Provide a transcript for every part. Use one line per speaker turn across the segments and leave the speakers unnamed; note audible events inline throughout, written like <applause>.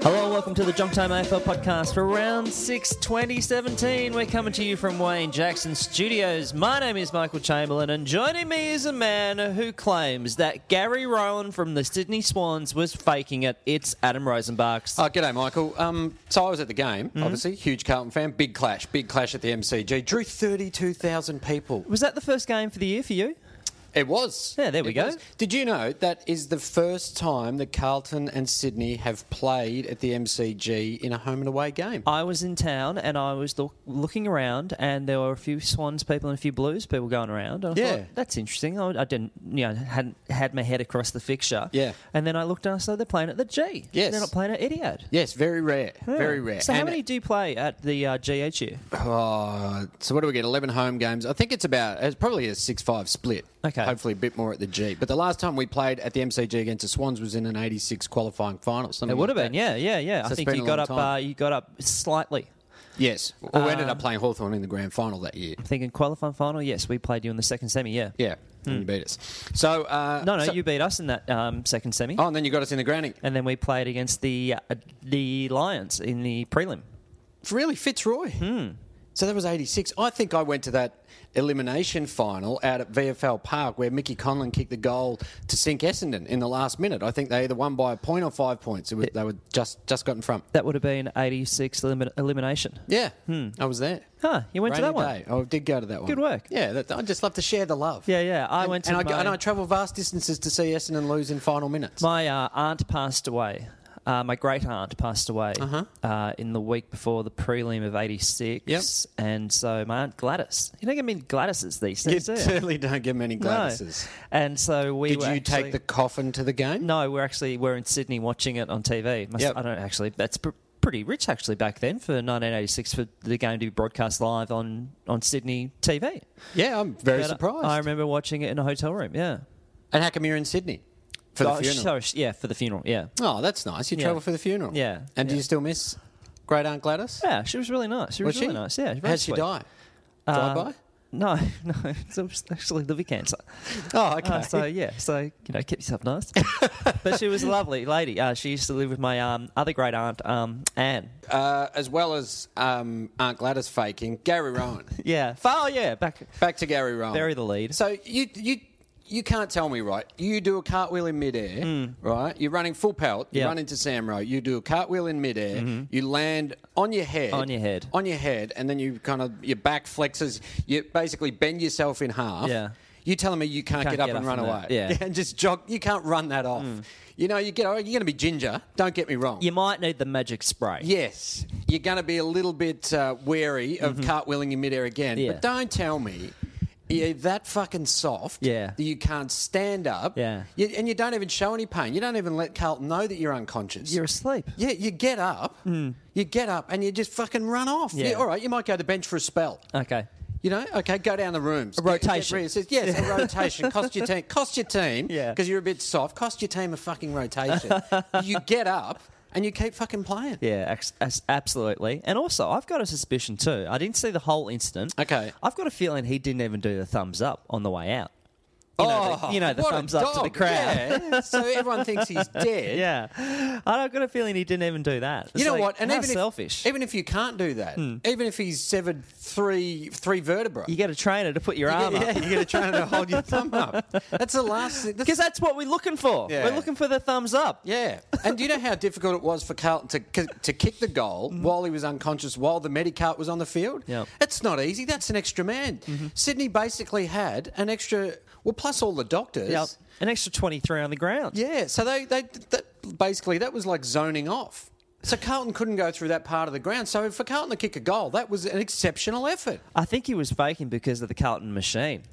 Hello, and welcome to the Junk Time AFL podcast for round 6 2017. We're coming to you from Wayne Jackson Studios. My name is Michael Chamberlain, and joining me is a man who claims that Gary Rowan from the Sydney Swans was faking it. It's Adam Rosenbach's.
Oh, g'day, Michael. Um, so I was at the game,
Mm-hmm.
obviously, huge Carlton fan. Big clash, big clash at the MCG. Drew 32,000 people.
Was that the first game for the year for you?
It was.
Yeah, there we
It
go.
Did you know that is the first time that Carlton and Sydney have played at the MCG in a home and away game?
I was in town and I was look, looking around, and there were a few Swans people and a few Blues people going around. And I
Yeah.
thought, that's interesting. I, I didn't, you know, hadn't had my head across the fixture.
Yeah.
And then I looked and I saw they're playing at the G.
Yes.
They're not playing at Etihad.
Yes, very rare. Very
Yeah.
rare.
So how
And-
many do you play at the uh, G each year?
Uh, so what do we get? Eleven home games. I think it's about it's probably a six-five split.
Okay.
Hopefully a bit more at the G. But the last time we played at the MCG against the Swans was in an '86 qualifying final. something
It would have
like
been,
that.
yeah, yeah, yeah. I
So it's
think
been
you
a
got
long
up,
time.
uh, you got up slightly.
Yes. Well, we
Uh,
ended up playing Hawthorn in the grand final that year.
I think in qualifying final, yes, we played you in the second semi. Yeah.
Yeah. And you beat us. So uh,
Hmm. No, no,
so-
you beat us in that um, second semi,
Oh, and then you got us in the granny.
and then we played against the uh, the Lions in the prelim.
Really, Fitzroy.
Hmm.
So that was '86. I think I went to that elimination final out at VFL Park where Mickey Conlon kicked the goal to sink Essendon in the last minute. I think they either won by a point or five points. It
Eh.
was, they were just just gotten from.
That would have been 86 elim- elimination.
Yeah, I was there.
Hmm. Huh, you went to
Rainy
that one.
day. Oh, I did go to that one.
Good work.
Yeah, that, I just love to share the love.
Yeah, yeah, I
and,
went to
and I, go-
my-
and I travel vast distances to see Essendon lose in final minutes.
My uh, aunt passed away. Uh, my great aunt passed away uh in the week before the prelim of '86,
Yep.
and so my aunt Gladys. You don't get many Gladyses these
you
days, do you?
certainly don't get many
No.
Gladyses.
And so we.
Did
were
you
actually-
take the coffin to the game?
No, we're actually we're in Sydney watching it on TV. Must,
Yep.
I don't actually. That's pr- pretty rich actually back then for 1986 for the game to be broadcast live on on Sydney TV.
Yeah, I'm very
But I-
surprised.
I remember watching it in a hotel room. Yeah.
and how come you're in Sydney for
Oh,
the funeral?
sorry, yeah, for the funeral. Yeah.
Oh, that's nice. You
Yeah.
travel for the funeral.
Yeah,
And do
yeah.
you still miss Great Aunt Gladys?
Yeah, she was really nice. She was,
Was
really
she?
nice. Yeah, very
How'd she
sweet.
die?
Uh,
Die by?
No, <laughs> no, it was actually liver cancer.
Oh, <laughs> okay.
Uh, so yeah, so you know, keep yourself
<laughs>
nice. but she was a lovely lady. Uh, she used to live with my um, other great aunt um, Anne.
uh, as well as um, Aunt Gladys faking, Gary Rowan.
<laughs> Yeah, oh yeah, back
Back to Gary Rowan.
bury the lead.
So you you you can't tell me right. You do a cartwheel in midair, right? You're running full pelt. You
Hmm. Yeah. Mm-hmm.
run into Sam Rowe. You do a cartwheel in midair. You land on your head.
On your head.
On your head, and then you kind of your back flexes. You basically bend yourself in half.
Yeah.
You telling me you can't,
Can't
get up
get
and
off
run
from
away?
that. Yeah.
<laughs>
Hmm.
and just jog. You can't run that off. You know, you get. oh, You're going to be ginger. Don't get me wrong.
you might need the magic spray.
Yes, you're going to be a little bit uh, wary of cartwheeling in midair again.
Mm-hmm. Yeah.
But don't tell me you're that fucking soft
Yeah.
that you can't stand up.
Yeah.
You, and you don't even show any pain. You don't even let Carlton know that you're unconscious.
you're asleep.
yeah, you get up, you get up, and you just fucking run off.
Yeah.
Yeah, all right, you might go to the bench for a spell.
Okay.
You know, okay, go down the rooms. A
rotation. <laughs>
yes, a rotation. Cost your team. Cost your team.
Yeah.
Because you're a bit soft. Cost your team a
<laughs>
fucking rotation. you get up and you keep fucking playing.
Yeah, ex- as- absolutely. And also, I've got a suspicion too. I didn't see the whole incident.
Okay.
I've got a feeling he didn't even do the thumbs up on the way out. You know, the, you know, the
Oh, what a
thumbs up to the
dog.
crowd.
Yeah. so everyone thinks
<laughs>
he's dead.
Yeah. I've got a feeling he didn't even do that. It's
You know
like,
what? And
how
even
selfish. Hmm.
If, even if you can't do that, even if he's severed three three vertebrae,
you get a trainer to put your arm
<laughs>
<laughs>
yeah,
up.
you're going to try to hold your thumb up. That's the last thing.
Because
that's-
that's what we're looking for.
Yeah.
We're looking for the thumbs up.
Yeah. And do you know how difficult it was for Carlton to, ki- to kick the goal
Mm-hmm.
while he was unconscious, while the medicart was on the field?
Yeah.
It's not easy. That's an extra man.
Mm-hmm.
Sydney basically had an extra, well, plus all the doctors.
Yep. An extra 23 on the ground.
Yeah, so they, they that, basically that was like zoning off. So Carlton couldn't go through that part of the ground. So for Carlton to kick a goal, that was an exceptional effort.
I think he was faking because of the Carlton machine.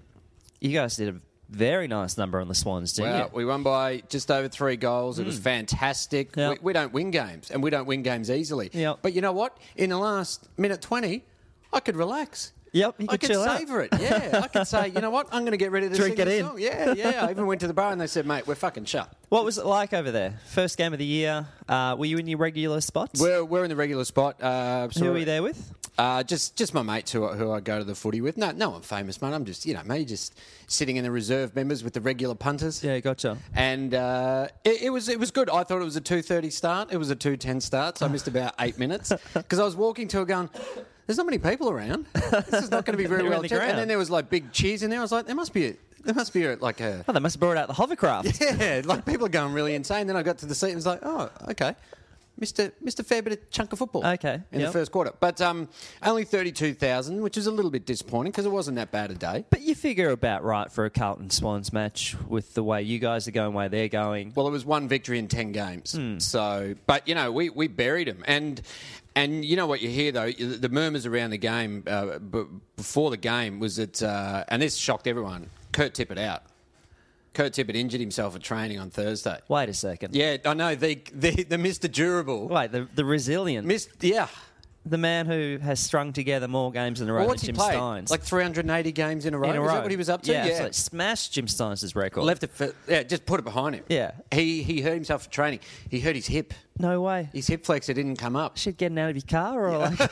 You guys did a very nice number on the Swans, didn't
Well,
you?
we won by just over three goals. It was fantastic.
Mm. Yeah.
We, we don't win games, and we don't win games easily.
Yeah.
But you know what? In the last minute 20, I could relax.
Yep, you
I
could
could
chill out.
savor it. Yeah, I could say, you know what? I'm going to get ready to
Drink
sing
it
this
in.
Song. Yeah, yeah. I even went to the bar and they said, "Mate, we're fucking shut."
What was it like over there? First game of the year. Uh, were you in your regular spots?
We're, we're in the regular spot. Uh, so
Who were you there with?
Uh, just just my mates who, I- who I go to the footy with. No, no, I'm famous, mate. I'm just you know, me just sitting in the reserve members with the regular punters.
Yeah, gotcha.
And uh, it, it was it was good. I thought it was a two thirty start. It was a two ten start. So I missed about
<laughs>
eight minutes because I was walking to it going. There's not many people around. This is not going to be
<laughs>
very
They're in
well.
the
attended." and
ground.
then there was like big cheers in there. I was like, there must be a, there must be a, like a
Oh, they must have brought out the hovercraft.
yeah, like people are going really insane. Then I got to the seat and was like, oh, okay. Mr. Mr. Fair bit of chunk of football.
Okay,
In
yep.
the first quarter. But um, only 32,000, which is a little bit disappointing because it wasn't that bad a day.
<laughs> But you figure about right for a Carlton Swans match with the way you guys are going, way they're going.
Well, it was one victory in 10 games. So, but, you know, we, we buried them. And, and you know what you hear, though? The the murmurs around the game uh, b- before the game was that, uh, and this shocked everyone, Kurt Tippett out. Kurt Tippett injured himself at training on Thursday.
Wait a second.
Yeah, I know. The, the, the Mr. Durable.
Wait, the, the resilient,
Missed, yeah.
the man who has strung together more games in a row
Well,
than
what's he
Jim
played?
Steins.
Like 380 games in a row.
in a
Is
row.
that what he was up to?
Yeah, absolutely. smashed Jim Steins' record.
Left it for, yeah, just put it behind him.
Yeah.
He he hurt himself for training. He hurt his hip.
No way.
His hip flexor didn't
<laughs>
come up.
Shit, getting out of your car or like
<laughs>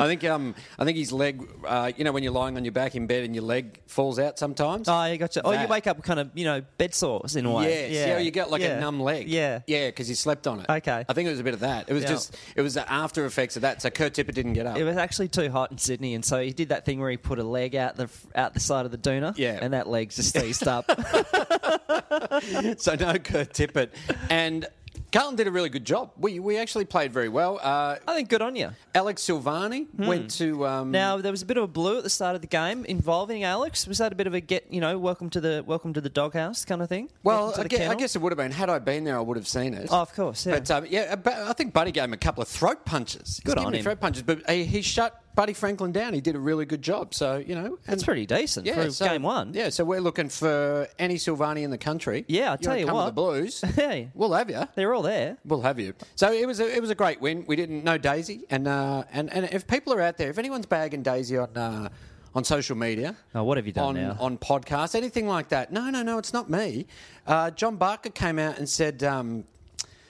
I think um I think his leg uh, you know when you're lying on your back in bed and your leg falls out sometimes.
Oh, you gotcha. Or you
That.
wake up kind of, you know, bed sores in a way.
Yes. Yeah. you got like
Yeah.
a numb leg.
Yeah.
Yeah, because you slept on it.
Okay.
I think it was a bit of that. It was
Yeah.
just it was the after effects of that. So Kurt Tippett didn't get up.
It was actually too hot in Sydney, and so he did that thing where he put a leg out the out the side of the doona,
Yeah.
and that leg
<laughs>
just seized up.
<laughs> so no Kurt Tippett. And Carlton did a really good job. We we actually played very well. Uh,
I think good on you.
Alex Silvani went to um,
Hmm. Now there was a bit of a blue at the start of the game involving Alex. Was that a bit of a get, you know, welcome to the welcome to the doghouse kind of thing?
Well,
Welcome to
I
the
guess, I
kennel?
guess it would have been had I been there, I would have seen it.
Oh, of course, yeah.
But um, yeah, but I think Buddy gave him a couple of throat punches. He's
Good
given
on him.
Throat punches, but he, he shut Buddy Franklin down. He did a really good job. So you know, and
That's pretty decent for
so-
game one.
Yeah, so we're looking for any Silvani in the country.
Yeah, I'll
you wanna
tell you
come
what.
to the Blues.
<laughs> Hey.
we'll have you.
they're all there.
We'll have you. So it was a, it was a great win. We didn't know Daisy, and uh, and and if people are out there, if anyone's bagging Daisy on uh, on social media,
Oh, what have you done
on
now?
on podcasts, anything like that? No, no, no, it's not me. Uh, John Barker came out and said. Um,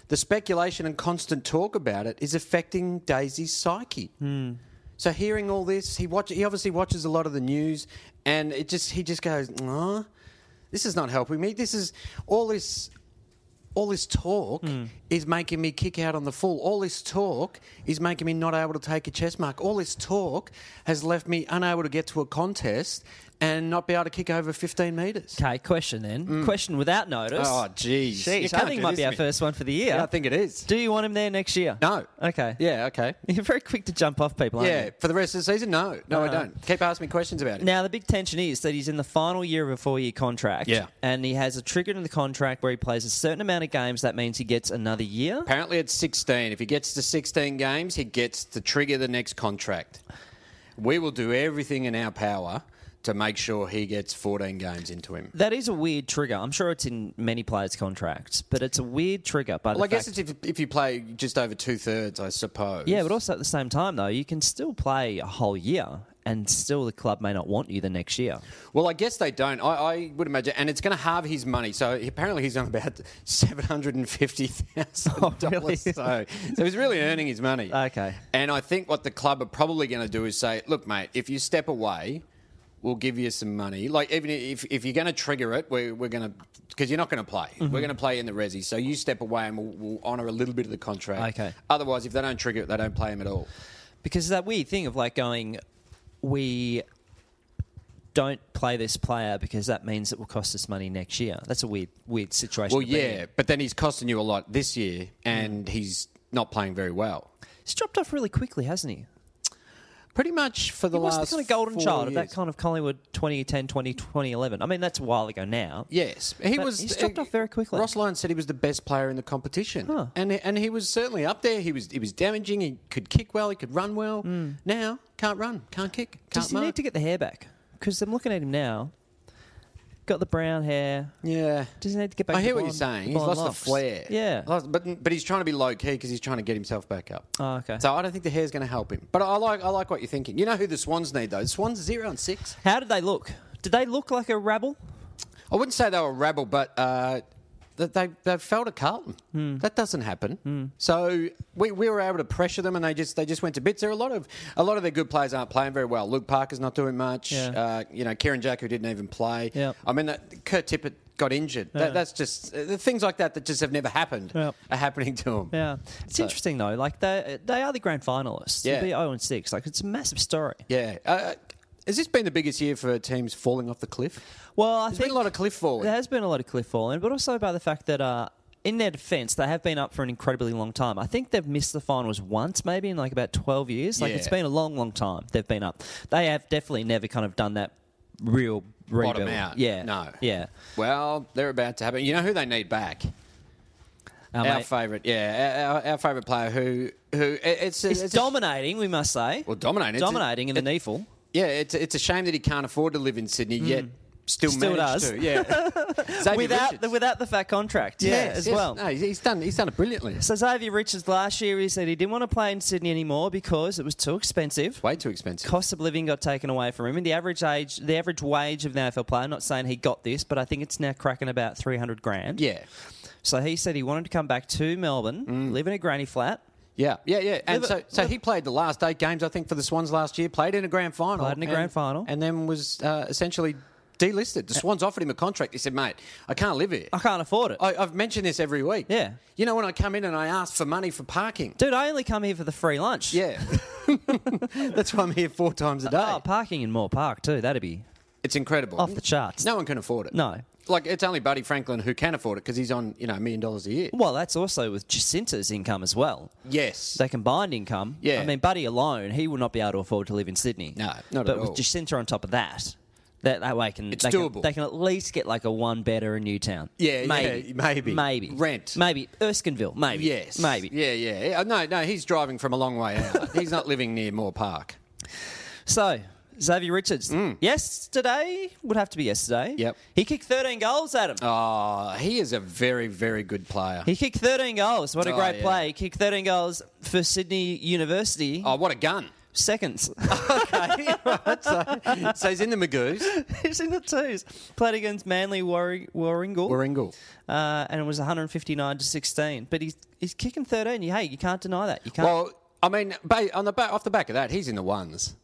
the speculation and constant talk about it is affecting Daisy's psyche.
Hmm.
So hearing all this, he watch, he obviously watches a lot of the news, and it just he just goes, "Nah, this is not helping me. This is all this." All this talk is making me kick out on the full. All this talk is making me not able to take a chess mark. All this talk has left me unable to get to a contest and not be able to kick over 15 metres.
Okay, question then. Question without notice.
Mm. Oh, jeez. You
Jeez, I think
can't do
it might
this
be
to
our
me.
first one for the year.
Yeah, I think it is.
Do you want him there next year?
No.
Okay.
Yeah, okay.
<laughs> You're very quick to jump off people, aren't you?
Yeah, for the rest of the season? No, no, I
No.
don't. Keep asking me questions about it.
Now the big tension is that he's in the final year of a four-year contract,
Yeah.
and he has a trigger in the contract where he plays a certain amount of games. That means he gets another year.
Apparently, it's 16. If he gets to 16 games, he gets to trigger the next contract. We will do everything in our power to make sure he gets 14 games into him.
That is a weird trigger. I'm sure it's in many players' contracts, but it's a weird trigger. By the
Well, I guess
fact-
it's if, if you play just over two thirds, I suppose.
yeah, but also at the same time though, you can still play a whole year, and still the club may not want you the next year.
Well, I guess they don't. I, I would imagine, and it's going to halve his money. So apparently, he's on about <laughs> seven hundred and fifty thousand
Oh, really?
dollars. So, so he's really earning his money.
Okay.
And I think what the club are probably going to do is say, "Look, mate, if you step away." We'll give you some money. Like, even if, if you're going to trigger it, we're, we're going to, because you're not going to play.
Mm-hmm.
We're going to play in the resi. So you step away and we'll, we'll honour a little bit of the contract.
Okay.
Otherwise, if they don't trigger it, they don't play him at all.
because that weird thing of like going, we don't play this player because that means it will cost us money next year. That's a weird, weird situation.
Well,
to be in.
yeah, but then he's costing you a lot this year, and he's not playing very well.
he's dropped off really quickly, hasn't he?
pretty much for the
He was
last
the kind of golden
four
child of
years.
that kind of Collingwood 2010, 20, 2011. I mean, that's a while ago now.
Yes, he
But
was.
he's dropped off very quickly.
Ross Lyon said he was the best player in the competition, and and he was certainly up there. He was he was damaging. He could kick well. He could run well. Now can't run, can't kick, can't
Hmm. Does he
mark.
need to get the hair back? Because I'm looking at him now. Got the brown hair.
yeah.
Does he need to get back?
I
to
hear what
blonde-
you're saying. He's
blonde
lost
locks?
the flair.
Yeah.
Lost- but but he's trying to be low key because he's trying to get himself back up.
Oh, okay.
So I don't think the hair's going to help him. But I like I like what you're thinking. You know who the Swans need though? The Swans zero and six.
How did they look? Did they look like a rabble?
I wouldn't say they were rabble, but uh, that they they fell to Carlton.
Hmm.
That doesn't happen. So we, we were able to pressure them, and they just they just went to bits. There are a lot of a lot of their good players aren't playing very well. Luke Parker's not doing much.
Yeah.
Uh, you know, Kieran Jack who didn't even play.
Yep.
I mean, that, Kurt Tippett got injured. That, that's just uh, the things like that that just have never happened
Yep.
are happening to them.
Yeah, it's
So-
interesting though. Like they they are the grand finalists.
Yeah.
They'll be zero and six. Like it's a massive story.
Yeah. Uh, has this been the biggest year for teams falling off the cliff?
Well, I
There's
think
been a lot of cliff falling.
There has been a lot of cliff falling, but also by the fact that uh, in their defence, they have been up for an incredibly long time. I think they've missed the finals once, maybe in like about twelve years. Like it's
Yeah.
been a long, long time they've been up. They have definitely never kind of done that real rebuild.
Bottom out.
Yeah,
No.
yeah.
Well, they're about to happen. You know who they need back?
Um,
our
mate,
favourite, yeah, our, our, our favourite player who who it- it's
it's
it's
dominating, we must say.
well dominating it's a-
dominating in the kneeful.
yeah, it's it's a shame that he can't afford to live in Sydney yet. Still,
Mm. Still
managed
does. <laughs>
to, yeah. Xavier
Without
Richards.
the, without the fat contract, yeah,
Yes,
as
yes.
well.
No, he's- he's done he's done it brilliantly. It's
So Xavier Richards last year, he said he didn't want to play in Sydney anymore because it was too expensive.
way too expensive.
Cost of living got taken away from him, and the average age, the average wage of the AFL player. Not saying he got this, but I think it's now cracking about three hundred grand.
Yeah, Mm.
So he said he wanted to come back to Melbourne, live in a granny flat,
yeah, yeah, yeah. And
Liver-
so so he played the last eight games I think for the Swans last year. Played in a grand final.
Played in a
and-
grand final.
and then was uh, essentially delisted. The Swans offered him a contract. He said, "Mate, I can't live here."
I can't afford it.
I, I've mentioned this every week.
Uh-huh. Yeah.
You know when I come in and I ask for money for parking.
Dude, I only come here for the free lunch.
<laughs> Yeah. That's why I'm here four times a day.
Oh, parking in Moore Park too. That'd be
it's incredible.
off the charts.
No one can afford it.
No.
Like it's only Buddy Franklin who can afford it because he's on, you know, a million dollars a year.
Well, that's also with Jacinta's income as well.
Yes.
They combined income.
Yeah.
I mean, Buddy alone, he would not be able to afford to live in Sydney.
No, not at
but
all.
with Jacinta on top of that, that, that way can
It's
they
doable.
Can, they can at least get like a one better in Newtown.
Yeah, yeah,
maybe,
maybe.
maybe
Rent.
maybe Erskineville, maybe
yes.
maybe.
Yeah, yeah. Yeah, No, no, he's driving from a long way
<laughs>
out. he's not living near Moore Park.
So Xavier Richards, yesterday would have to be yesterday.
Mm. Yep.
he kicked 13 goals, Adam.
Oh, he is a very, very good player.
He kicked 13 goals. What a
Oh,
great
yeah.
play! He kicked 13 goals for Sydney University.
oh, what a
<laughs>
gun.
Seconds.
Okay. right, so, so he's in the Magoos.
He's in the twos. Played against Manly Warri- Warringal.
Warringal.
uh, and it was 159 to 16. But he's he's kicking 13. You- Hey, you can't deny that. You can't.
Well, I mean, ba- on the ba- off the back of that, he's in the ones.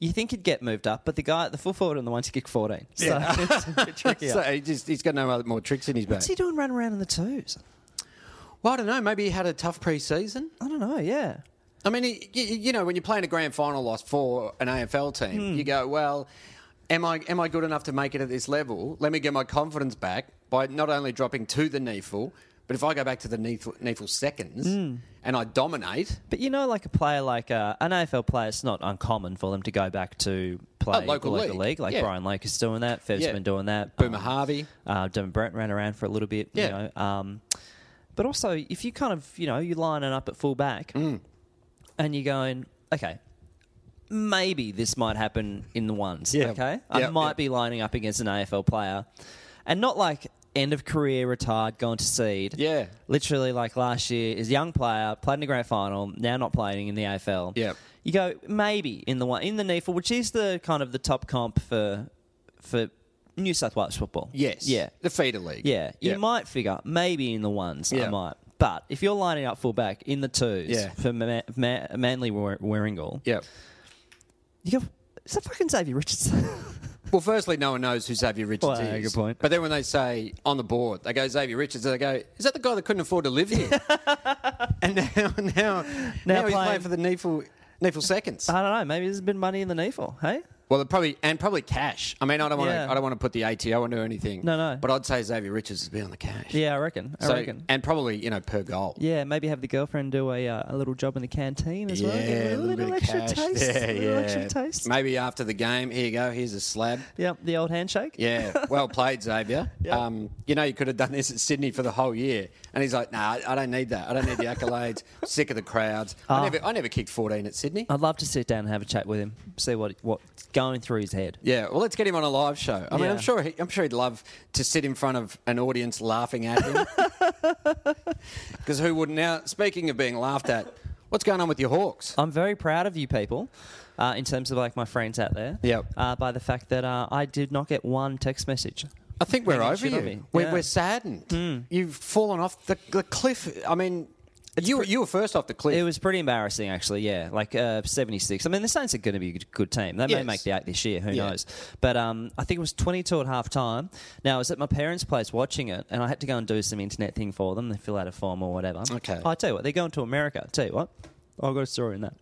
you think he'd get moved up, but the guy, the full forward, and the ones who kick 14. So <laughs> it's a
<laughs>
bit trickier.
So he just, he's got no other, more tricks in his bag.
What's he doing running around in the twos?
Well, I don't know. Maybe he had a tough pre-season.
I don't know. Yeah.
I mean, y- y- you know, when you're playing a grand final loss for an AFL team,
Hmm.
you go, well, am I am I good enough to make it at this level? Let me get my confidence back by not only dropping to the Neefel, but if I go back to the Neefel, Neefel seconds
Hmm.
and I dominate,
But you know, like a player, like uh, an AFL player, it's not uncommon for them to go back to play
Oh, local
the
league.
Like
Yeah.
Brian Lake is doing that. Fev's
Yeah.
been doing that.
Boomer
um,
Harvey.
Uh, Devin Brent ran around for a little bit.
Yeah.
You know, um, but also, if you kind of, you know, you're lining up at full back
Mm.
and you're going, okay, maybe this might happen in the ones.
Yeah.
Okay. I
Yeah,
might
yeah.
be lining up against an AFL player and not like end of career retired, gone to seed.
Yeah.
Literally, like last year, is a young player, played in the grand final, now not playing in the AFL.
Yep.
You go maybe in the one in the NEFL, which is the kind of the top comp for for New South Wales football.
yes,
Yeah.
the feeder league,
Yeah. You
Yep.
might figure maybe in the ones.
Yeah.
I might. But if you're lining up full back in the twos
Yeah.
for Ma- Ma- Manly Wa- Warringal,
yeah.
you go, is that fucking Xavier Richardson?
<laughs> Well, firstly, no one knows who Xavier Richards
Well, yeah,
is.
good point.
But then when they say on the board, they go Xavier Richards, they go, is that the guy that couldn't afford to live here?
<laughs>
and now, <laughs> now, now, he's
playing-
playing for the Neefel, Neefel Seconds.
I don't know. Maybe there's been money in the knee for, hey?
Well, it probably and probably cash. I mean, I don't want to.
Yeah.
I don't want to put the ATO into anything.
No, no.
But I'd say Xavier Richards has been on the cash.
Yeah, I reckon. I
So-
reckon.
And probably you know per goal.
Yeah, maybe have the girlfriend do a, uh, a little job in the canteen as well.
Yeah,
Give her a little,
bit of
extra
cash
taste.
there,
a little
<laughs> yeah.
extra taste.
Maybe after the game, here you go. Here's a slab.
Yep, the old handshake.
Yeah, well played, Xavier.
Yeah.
Um, you know, you could have done this at Sydney for the whole year. And he's like, nah, I don't need that. I don't need the accolades. Sick of the crowds.
Ah.
I, never, I never kicked 14 at Sydney.
<laughs> I'd love to sit down and have a chat with him, see what what's going through his head.
yeah, well, let's get him on a live show. I mean,
Yeah.
I'm sure he, I'm sure he'd love to sit in front of an audience laughing at <laughs> him. Because who wouldn't? Now, speaking of being laughed at, what's going on with your Hawks?
I'm very proud of you people, uh, in terms of like my friends out there.
Yep.
Uh, by the fact that uh, I did not get one text message.
I think we're
Making
over
shit
you.
of me.
We're,
Yeah.
we're saddened. Hmm. You've fallen off the, the cliff. I mean, you, were- you were first off the cliff.
It was pretty embarrassing, actually. Yeah, like uh, 76. I mean, the Saints are going to be a good- good team. They may
Yes.
make the eight this year. Who
Yeah.
knows? But um, I think it was 22 at half time. Now I was at my parents' place watching it, and I had to go and do some internet thing for them. They fill out a form or whatever.
Okay.
I tell you what, they're going to America. I tell you what, I've got a story in that.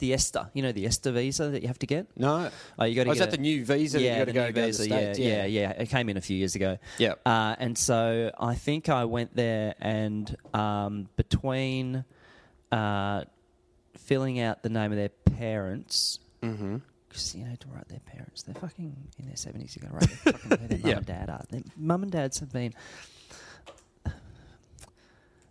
The ESTA, you know, the ESTA visa that you have to get.
No.
Oh, you got to.
Oh, is
get
that
a-
the new visa that you got to
the
go
new
to go to
visa,
the States?
Yeah, yeah, yeah, It came in a few years ago.
Yep.
Uh, and so I think I went there, and um, between uh, filling out the name of their parents.
Mm-hmm.
Because you know to write their parents, they're fucking in their seventies. You got to write their fucking
<laughs>
who their mum
Yeah.
and dad are. Their mum and dads have been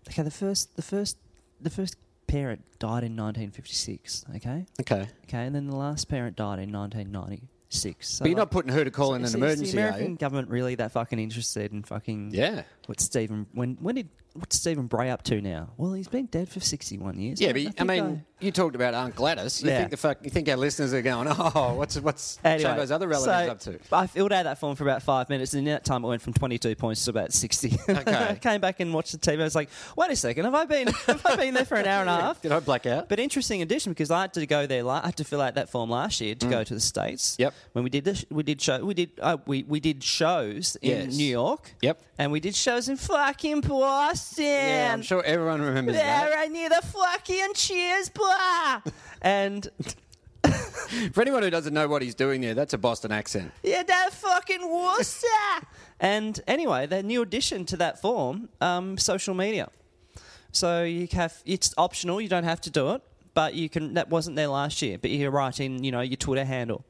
okay. The first, the first, the first parent died in 1956. Okay,
Okay.
Okay, and then the last parent died in 1996. So
But you're
like,
not putting who to call in
is- is
an emergency,
The
are
American
you?
government really that fucking interested in fucking
Yeah.
What Stephen? When when did what's Stephen Bray up to now? Well, he's been dead for 61 years.
Yeah, but I
think
mean, you talked about Aunt Gladys. You
Yeah.
think the fuck, you think our listeners are going, oh, what's what's
Anyway,
Chabo's other relatives up to?
I filled out that form for about five minutes, and in that time it went from 22 points to about <laughs> 60. I
Okay.
came back and watched the TV. I was like, wait a second, have I been have I been there for an hour and a half?
Did I black out?
But interesting addition because I had to go there. La- I had to fill out that form last year to go to the states.
Mm. Yep.
When we did this, we did show we did uh, we we did shows in
Yes.
New York.
Yep.
And we did shows in fucking Boston.
yeah, I'm sure everyone remembers
There,
that.
right near the fucking Cheers
<laughs>
bar. and
For anyone who doesn't know what he's doing there, that's a Boston accent.
Yeah, that fucking Worcester. <laughs> and anyway, their new addition to that form, um, social media. So you have it's optional. You don't have to do it, but you can. That wasn't there last year, but you write in, you know, your Twitter handle.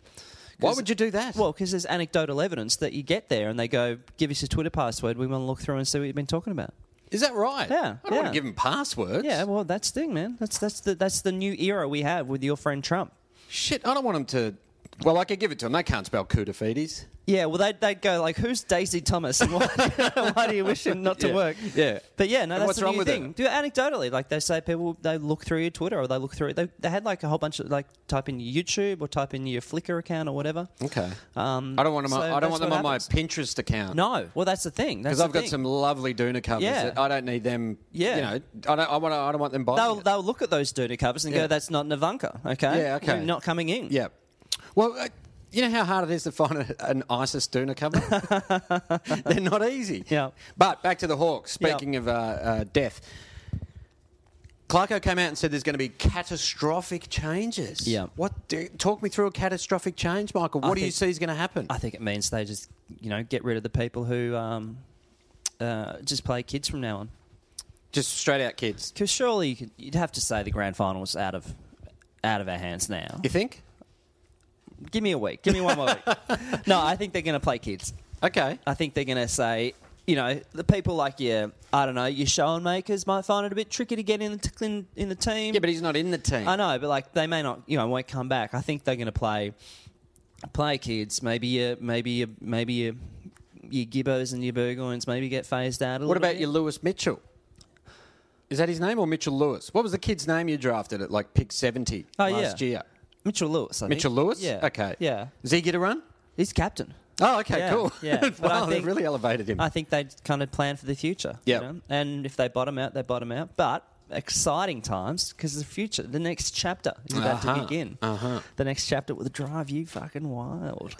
Why would you do that?
Well, because there's anecdotal evidence that you get there and they go, "Give us your Twitter password. We want to look through and see what you've been talking about."
is that right?
Yeah,
I don't want
yeah.
to give him passwords.
Yeah, well, that's the thing, man. That's that's the that's the new era we have with your friend Trump.
Shit, I don't want him to. Well, I could give it to him. They can't spell Kudafides.
Yeah, well, they'd, they'd go like, "Who's Daisy Thomas? And why, why do you <laughs> wish him not to
Yeah,
work?"
yeah.
but yeah, no,
And
that's
what's
the
wrong
new
with
thing.
it?
Do anecdotally, like they say, people they look through your Twitter or they look through. They, they had like a whole bunch of like type in your YouTube or type in your Flickr account or whatever.
Okay.
Um,
I don't want them.
so
I
that's
don't want them
what
on my
happens.
Pinterest account.
No, well, that's the thing. That's
Because I've
the
got
thing.
some lovely Duna covers.
Yeah.
That I don't need them.
Yeah.
You know, I don't. I want. I don't want them buying.
They'll,
it.
they'll look at those dirty covers and go,
Yeah.
"That's not Navanka, okay?
Yeah, okay.
You're not coming in."
Yeah. Well, uh, you know how hard it is to find a, an ISIS
<laughs>
Duna cover. They're not easy.
Yeah.
But back to the Hawks.
Yeah.
Speaking of uh, uh, death. Clarko came out and said there's going to be catastrophic changes.
Yeah.
What? Do, talk me through a catastrophic change, Michael. What do you
think-
see is going to happen?
I think it means they just, you know, get rid of the people who um, uh, just play kids from now on.
Just straight out, kids.
Because surely you could, you'd have to say the grand final was out of out of our hands now.
You think?
Give me a week. Give me one more
<laughs>
week. No, I think they're going to play kids.
Okay.
I think they're going to say, you know, the people like your, I don't know, your show and makers might find it a bit tricky to get in the, t- in, in the team.
Yeah, but he's not in the team.
I know, but like they may not, you know, won't come back. I think they're going to play play kids. Maybe your, maybe your, maybe your, your Gibbos and your Burgoynes maybe get phased out a little
What about
bit.
your Lewis Mitchell? Is that his name or Mitchell Lewis? What was the kid's name you drafted at like pick 70
Oh,
last
yeah.
year?
Mitchell Lewis? I think.
Mitchell Lewis?
Yeah.
Okay.
Yeah.
Does he get a run?
He's captain.
Oh, okay,
Yeah,
cool. <laughs>
yeah.
wow,
But I
they
think-
really elevated him.
I think they kind of plan for the future. you
Yep.
know? And if they bottom out, they bottom out. But exciting times because the future, the next chapter is about
Uh-huh,
to begin.
uh-huh.
The next chapter will drive you fucking wild.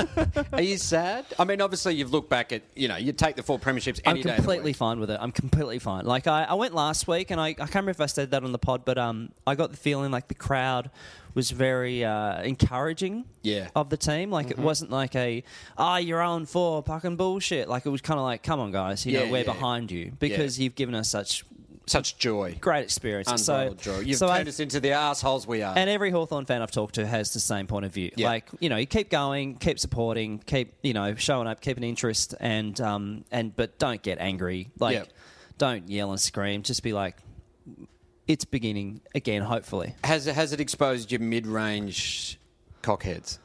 <laughs> Are you sad? I mean, obviously, you've looked back at, you know, you take the four premierships <laughs> any
I'm
day of the
completely
week.
fine with it. I'm completely fine. Like I, I went last week, and I, I can't remember if I said that on the pod, but um, I got the feeling like the crowd was very uh, encouraging.
Yeah. Mm-hmm.
Of the team, like it wasn't like a ah you're on four fucking bullshit. Like it was kind of like come on guys, you
Yeah,
know we're
yeah.
behind you because you've given us such
Such joy.
great experience. So,
Unbridled joy. You've
so I-
turned us into the assholes we are.
and every Hawthorn fan I've talked to has the same point of view.
Yeah.
Like, you know, you keep going, keep supporting, keep, you know, showing up, keep an interest and um and but don't get angry. Like
Yeah.
don't yell and scream. Just be like it's beginning again, hopefully.
has, has it exposed your mid range cockheads?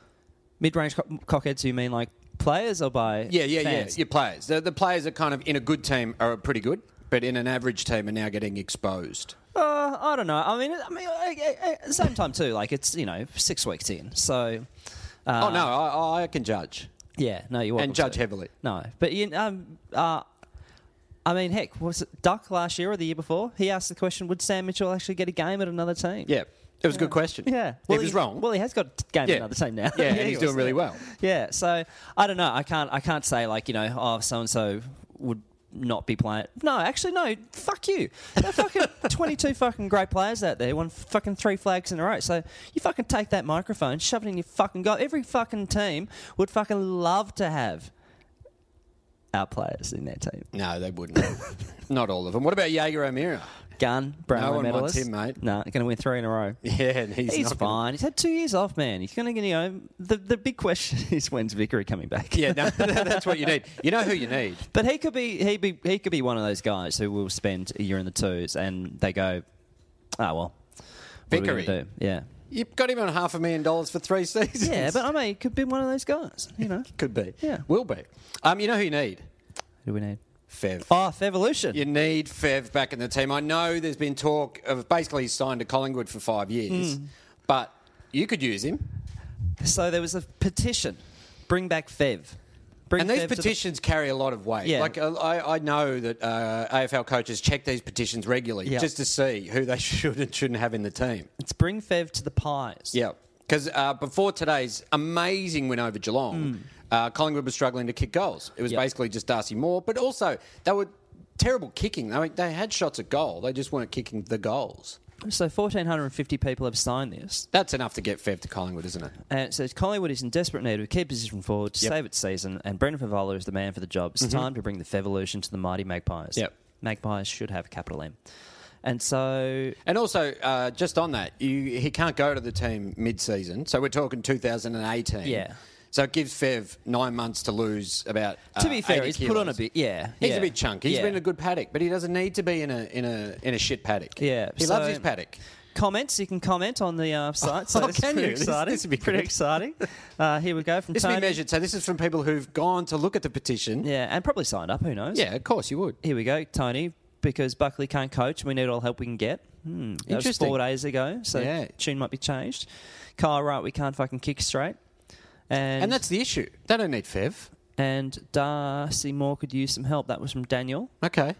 Mid range co- cockheads, you mean like players or by
Yeah, yeah,
fans?
yeah. Your players. The, the players are kind of in a good team are pretty good, but in an average team are now getting exposed.
Uh, I don't know. I mean, I mean, I- I- I- at the same time too. Like it's you know six weeks in, so uh,
oh, no, I, I can judge.
yeah, no, you welcome
And judge
to.
heavily.
No, but you um, uh, I mean, heck, was it Duck last year or the year before? He asked the question: Would Sam Mitchell actually get a game at another team?
Yeah. It was a good question.
yeah.
he was
he's-
wrong.
Well, he has got a game
Yeah.
at another team now.
Yeah, and
<laughs> he
he's
was,
doing really
yeah.
well.
Yeah, so I don't know. I can't. I can't say like you know, oh, so and so would not be playing. No, actually, no. Fuck you. There are
<laughs>
fucking twenty-two fucking great players out there. Won fucking three flags in a row. So you fucking take that microphone, shove it in your fucking goal. Every fucking team would fucking love to have our players in their team.
no, they <laughs> wouldn't. Not all of them. What about Jaeger O'Meara?
Gun,
No
Brownlow
one wants
medalist.
him, mate.
No, going to win three in a row.
Yeah, and he's,
He's
not
fine.
gonna-
He's had two years off, man. He's going to, you know, the, the big question <laughs> is when's Vickery coming back?
<laughs> Yeah, no, that's what you need. You know who you need.
<laughs> But he could be he be he could be one of those guys who will spend a year in the twos and they go, oh well, what are we gonna
Vickery.
do?
<laughs>
yeah,
You've got him on half a million dollars for three seasons.
yeah. But I mean, he could be one of those guys. You
<laughs>
know,
could be.
Yeah.
will be. Um, you know who you need?
who do we need?
Fev.
Oh, Fevolution.
You need Fev back in the team. I know there's been talk of basically he's signed to Collingwood for five years, but you could use him.
So there was a petition, bring back Fev. Bring
And these
Fev to the-
petitions carry a lot of weight.
Yeah.
Like uh, I, I know that uh, AFL coaches check these petitions regularly
Yeah.
just to see who they <laughs> should and shouldn't have in the team.
it's bring Fev to the Pies.
Yeah, because uh, before today's amazing win over Geelong,
Mm.
uh, Collingwood was struggling to kick goals. It was
Yep.
basically just Darcy Moore, but also they were terrible kicking. I mean, they had shots at goal, they just weren't kicking the goals.
So 1,450 people have signed this.
That's enough to get Fev to Collingwood, isn't it?
And it says Uh, Collingwood is in desperate need of a key position forward to
Yep. Mm-hmm.
save its season, and Brendan Favola is the man for the job. It's time to bring the Fevolution to the mighty Magpies.
Yep.
Magpies should have a capital M. And so,
And also, uh, just on that, you, he can't go to the team mid-season, so we're talking 2018.
Yeah.
So it gives Fev nine months to lose about. Uh,
to be fair,
80
he's put on a
kilos.
bit. Yeah,
He's
yeah.
a bit chunk. He's
Yeah.
been a good paddock, but he doesn't need to be in a in a in a shit paddock.
Yeah,
he
so-
loves his paddock.
Comments you can comment on the uh, site. So
<laughs> Oh,
that's
can
pretty
you? This-
exciting.
this would be
pretty
good. <laughs>
exciting. Uh, here we go from
This will
Tony.
be measured. So this is from people who've gone to look at the petition.
Yeah, and probably signed up. Who knows?
Yeah, of course you would.
Here we go, Tony. Because Buckley can't coach, we need all help we can get. Hmm. That was
Interesting.
four days ago, so
Yeah.
tune might be changed. Kyle Wright, we can't fucking kick straight. And,
And that's the issue. They don't need Fev.
and Darcy Moore could use some help. That was from Daniel.
Okay.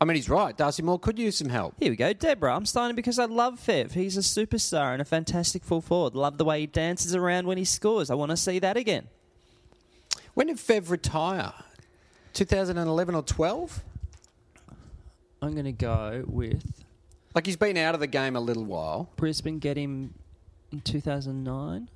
I mean, he's right. Darcy Moore could use some help.
Here we go, Deborah. I'm starting because I love Fev. He's a superstar and a fantastic full forward. Love the way he dances around when he scores. I want to see that again.
When did Fev retire? 2011 or 12?
I'm going to go with
Like he's been out of the game a little while.
Brisbane. Get him in 2009.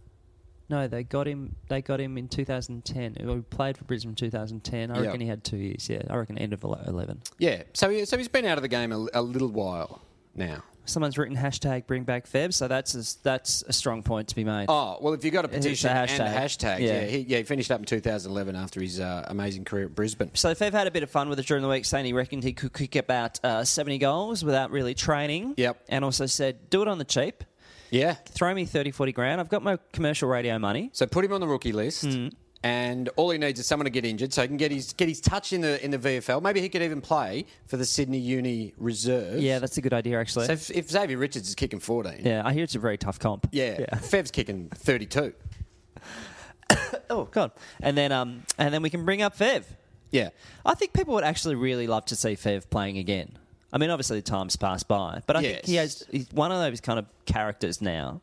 No, they got him. They got him in 2010. He played for Brisbane in 2010. I
Yeah.
reckon he had two years. Yeah, I reckon end of 11.
Yeah. So he, so he's been out of the game a, a little while now.
Someone's written hashtag Bring Back Feb, so that's a, that's a strong point to be made.
Oh well, if you got a
It's a
petition and a
hashtag.
hashtag, yeah,
Yeah.
he, yeah, he finished up in 2011 after his uh, amazing career at Brisbane.
So Fev had a bit of fun with it during the week, saying he reckoned he could kick about uh, 70 goals without really training.
Yep.
And also said, do it on the cheap.
Yeah.
Throw me 30, 40 grand. I've got my commercial radio money.
So put him on the rookie list,
Mm.
and all he needs is someone to get injured, so he can get his get his touch in the in the VFL. Maybe he could even play for the Sydney Uni Reserve.
Yeah, that's a good idea, actually.
So if, if Xavier Richards is kicking 14,
yeah, I hear it's a very tough comp.
yeah, Fev's kicking 32.
Oh, God. And then, um, and then we can bring up Fev.
Yeah.
I think people would actually really love to see Fev playing again. I mean, obviously, time's passed by, but I think he
Yes.
has he's one of those kind of characters now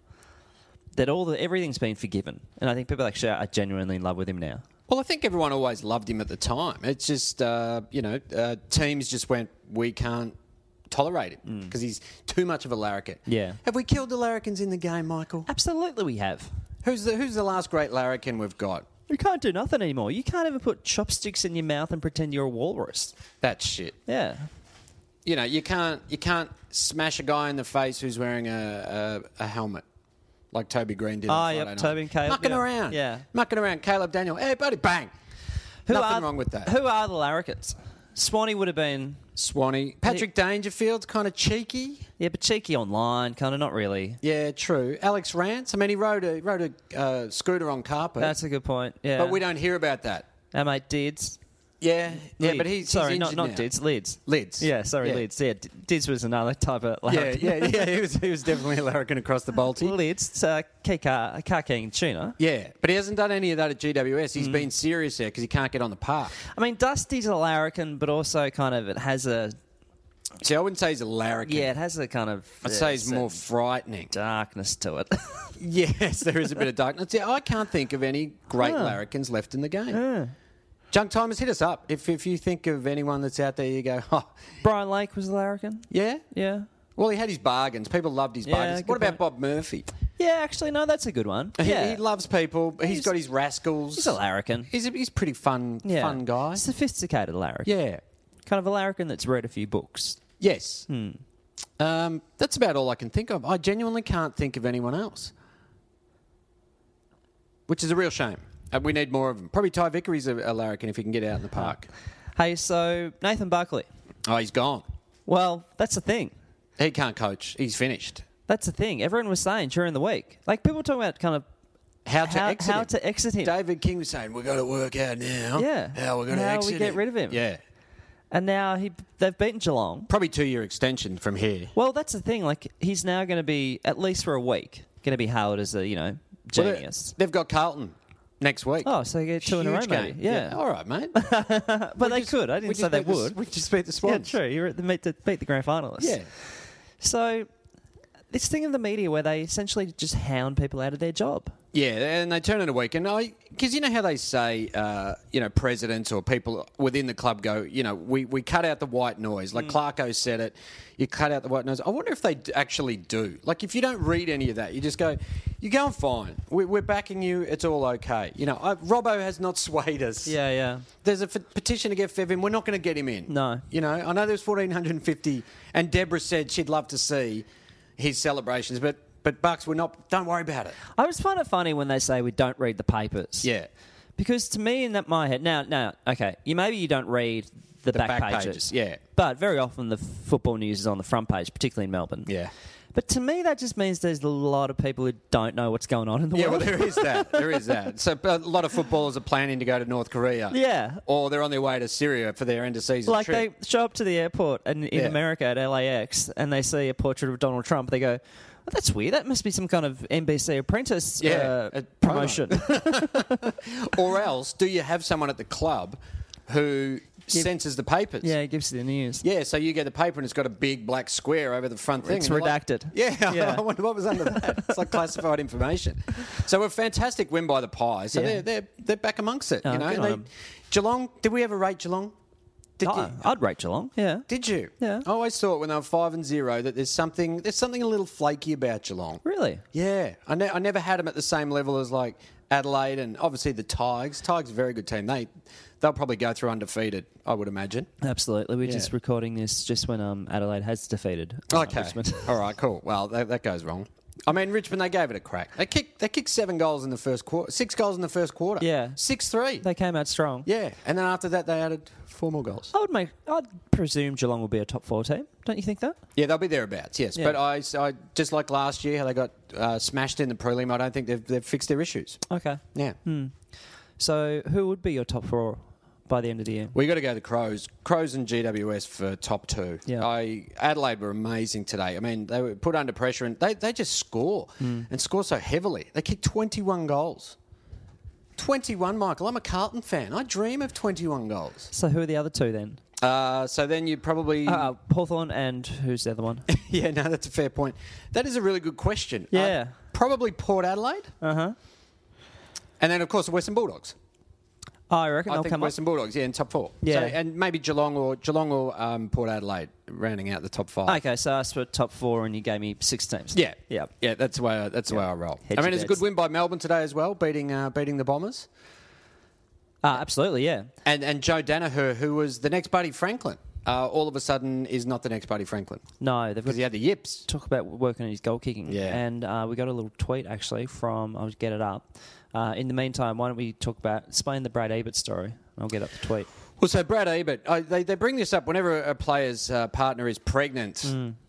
that all the everything's been forgiven, and I think people actually are genuinely in love with him now.
Well, I think everyone always loved him at the time. It's just, uh, you know, uh, teams just went, we can't tolerate him because he's too much of a larrikin.
Mm. Yeah.
Have we killed the larrikins in the game, Michael?
Absolutely, we have.
Who's the, who's the last great larrikin we've got?
You can't do nothing anymore. You can't even put chopsticks in your mouth and pretend you're a walrus.
That shit.
Yeah.
You know, you can't you can't smash a guy in the face who's wearing a, a, a helmet. Like Toby Green did.
Ah,
on
yep,
Friday night.
Toby and Caleb,
Mucking
yeah.
around.
Yeah.
Mucking around. Caleb Daniel. Hey, buddy, bang. Nothing
are-
wrong with that.
Who are the larrikins? Swanee would have been,
Swanee. Patrick Dangerfield's kind of cheeky.
yeah, but cheeky online, kind of not really.
Yeah, true. Alex Rance. I mean, he rode a he rode a uh, scooter on carpet,
That's a good point. Yeah.
but we don't hear about that.
Our mate Dids.
Yeah, yeah.
Lid.
But he's
sorry,
he's
not
injured
not
now.
Dids, Lids.
Lids.
Yeah, sorry,
Yeah.
Lids. Yeah, D- Dids was another type of
Yeah,
larrikin.
yeah,
<laughs>
yeah. He was he was definitely a larrikin across the Baltic.
Lids, uh, Kika, Kaking Tuna.
Yeah, but he hasn't done any of that at GWS.
Mm.
He's been serious there because he can't get on the park.
I mean, Dusty's a larrikin, but also kind of it has a
See, I wouldn't say he's a larrikin.
yeah, it has a kind of
I'd
uh,
say he's
certain
more frightening.
darkness to it.
<laughs>
<laughs>
Yes, there is a bit of darkness. Yeah, I can't think of any great
Ah.
larrikins left in the game. Junk timers, hit us up if if you think of anyone that's out there. You go, oh,
Brian Lake was a larrikin.
yeah,
Yeah.
Well, he had his bargains. People loved his
Yeah,
bargains.
good
What about
point.
Bob Murphy? <laughs>
Yeah, actually, no, that's a good one.
He-
Yeah.
He, loves people. He's
He's-
got his rascals.
he's a larrikin.
He's a, he's a pretty fun
Yeah.
fun guy.
Sophisticated larrikin.
Yeah.
Kind of a larrikin that's read a few books.
Yes.
Hmm.
Um, that's about all I can think of. I genuinely can't think of anyone else, which is a real shame. Uh, we need more of them. Probably Ty Vickery's a, a larrikin if he can get out in the park.
Hey, so Nathan Buckley.
Oh, he's gone.
Well, that's the thing.
He can't coach. He's finished.
That's the thing. Everyone was saying during the week, like people talking about kind of
How to
how,
exit?
how
him.
to exit him,
David King was saying, "We've got to work out now.
Yeah.
how we're going to
How we
exit
get
him."
rid of him.
Yeah,
and now he they've beaten Geelong.
probably two year extension from here.
Well, that's the thing. Like he's now going to be at least for a week going to be held as a you know
Well, they-
genius.
they've got Carlton next week.
oh, so they get two in a row,
Huge
maybe.
game.
Yeah,
All right, mate.
<laughs> but they could. I
We
didn't
just
say they
beat the-
would.
we just beat the
yeah,
Swans.
true. You're at the meet the, beat the grand finalists.
Yeah.
So this thing in the media where they essentially just hound people out of their job.
Yeah, and they turn it a week, and I because you know how they say, uh, you know, presidents or people within the club go, you know, we, we cut out the white noise.
Mm.
Like Clarko said it, you cut out the white noise. I wonder if they d- actually do. Like if you don't read any of that, you just go, you're going fine. We, we're backing you. It's all okay. You know, I, Robbo has not <laughs> swayed us.
Yeah, yeah.
There's a f- petition to get Fevin. We're not going to get him in.
No.
You know, I know there's 1,450, and Deborah said she'd love to see his celebrations, but but Bucks, we're not. Don't worry about it.
I always find it funny when they say we don't read the papers.
Yeah.
Because to me, in that my head, now, now, okay, you maybe you don't read the, back,
back
pages,
pages, yeah.
But very often the football news is on the front page, particularly in Melbourne.
Yeah.
But to me, that just means there's a lot of people who don't know what's going on in the
Yeah, well,
world.
there is that. There is
<laughs>
that. So a lot of footballers are planning to go to North Korea.
Yeah.
Or they're on their way to Syria for their end of season
like
trip.
they show up to the airport and in
Yeah.
America at LAX and they see a portrait of Donald Trump. They go, well, "That's weird. That must be some kind of NBC Apprentice
Yeah,
uh,
a <laughs>
promotion."
Or else, do you have someone at the club who censors the papers?
yeah, it gives you the news.
Yeah, so you get the paper and it's got a big black square over the front thing.
It's
and you're like-
redacted.
<laughs> yeah,
Yeah.
I wonder what was under that. It's like classified information. So a fantastic win by the Pies. So
Yeah.
they're, they're they're back amongst it.
Oh,
you know,
good
And
on
they-
'em.
Geelong. Did we ever rate Geelong? Did
Oh,
you?
I'd rate Geelong. Yeah.
Did you?
Yeah.
I always thought when they were five and zero that there's something there's something a little flaky about Geelong.
Really?
Yeah, I, ne- I never had them at the same level as like Adelaide and obviously the Tigers. Tigers are a very good team. They they'll probably go through undefeated. I would imagine.
Absolutely. We're just
Yeah.
recording this just when um, Adelaide has defeated uh,
Okay. <laughs>
Richmond.
All right. Cool. Well, that, that goes wrong. I mean, Richmond they gave it a crack. They kicked they kicked seven goals in the first quarter, six goals in the first quarter.
Yeah.
six three.
they came out strong.
yeah, and then after that they added four more goals.
I would make. I'd presume Geelong will be a top four team. Don't you think that?
Yeah, they'll be thereabouts. Yes,
Yeah.
but I, I just like last year how they got uh, smashed in the prelim. I don't think they've, they've fixed their issues. Hmm.
Okay.
Yeah,
So who would be your top four by the end of the year?
we got to go to Crows, Crows and GWS for top two.
Yeah.
I Adelaide were amazing today. I mean, they were put under pressure and they, they just score
Hmm.
and score so heavily. They kicked twenty one goals. Twenty one, Michael. I'm a Carlton fan. I dream of twenty one goals.
So who are the other two then?
Uh, so then you probably.
Uh, Hawthorne and who's the other one?
<laughs> yeah, no, that's a fair point. That is a really good question. Uh,
Yeah.
probably Port Adelaide.
Uh huh.
And then, of course, the Western Bulldogs.
I Oh, reckon
I
they'll
think
come
Western Bulldogs, yeah, in top four.
Yeah.
So, and maybe Geelong or Geelong or um, Port Adelaide, rounding out the top five.
up. Okay, so I asked for top four and you gave me six teams.
Yeah,
Yeah.
yeah. That's the way. I, that's the way I roll.
Hedge
I mean,
your
it's a
bets.
good win by Melbourne today as well, beating uh, beating the Bombers.
Ah, absolutely, yeah.
And and Joe Danaher, who was the next Buddy Franklin, uh, all of a sudden is not the next Buddy Franklin
No, they've got
because he had the yips.
talk about working on his goal kicking.
Yeah.
And uh, we got a little tweet actually from I'll get it up. Uh, in the meantime, why don't we talk about explain the Brad Ebert story? I'll get up the tweet.
Well, so Brad Ebert, I, they, they bring this up whenever a player's uh, partner is pregnant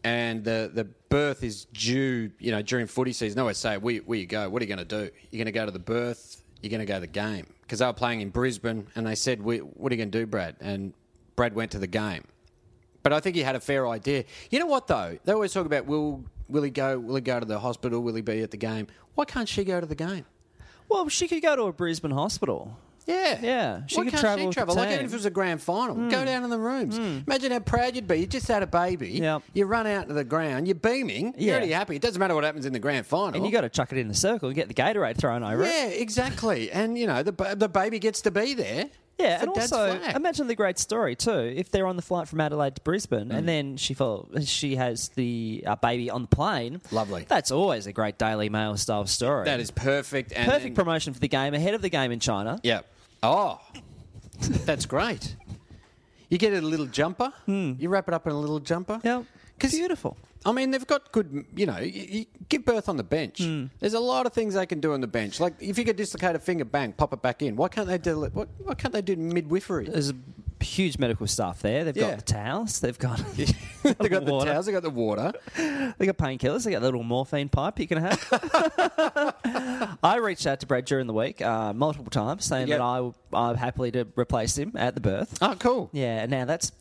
and the, the birth is due, you know, during footy season. They always say, where, where you go? What are you going to do? You're going to go to the birth? You're going to go to the game? Because they were playing in Brisbane and they said, "We- what are you going to do, Brad? And Brad went to the game. But I think he had a fair idea. You know what, though? They always talk about, will, will he go? Will he go to the hospital? Will he be at the game? Why can't she go to the game?
Well, she could go to a Brisbane hospital.
Yeah,
Yeah, she
She Why
could
can't
travel
she
with the
travel? Like even
team. Hmm.
if it was a grand final, go down in the rooms. Imagine how proud you'd be. You just had a baby.
Yep.
You run out to the ground. You're beaming.
Yeah.
You're already happy. It doesn't matter what happens in the grand final.
And you got to chuck it in the circle and get the Gatorade thrown over it.
yeah, exactly. And you know the ba- the baby gets to be there.
Yeah,
for
and
Dad's
also
flag.
imagine the great story too. If they're on the flight from Adelaide to Brisbane, and then she fall, she has the uh, baby on the plane.
Lovely.
That's always a great Daily Mail style story.
that is perfect. And
perfect
then-
promotion for the game ahead of the game in China.
Yeah. Oh, that's great. You get a little jumper.
Hmm.
You wrap it up in a little jumper.
Yeah,
'Cause-
beautiful.
I mean, they've got good, you know, you, you give birth on the bench.
Hmm.
There's a lot of things they can do on the bench. Like if you could dislocate a finger, bang, pop it back in. Why can't they do what, why can't they
<laughs>
do midwifery? <laughs>
There's a huge medical staff there. They've
Yeah.
got the towels. They've <laughs> got
they got the
water.
towels, they got the water.
They got painkillers. They got the little morphine pipe you can <laughs> have. I reached out to Brad during the week uh, multiple times, saying
Yep.
that I I'm happily to replace him at the birth.
Oh,
<laughs>
cool.
Yeah. Now that's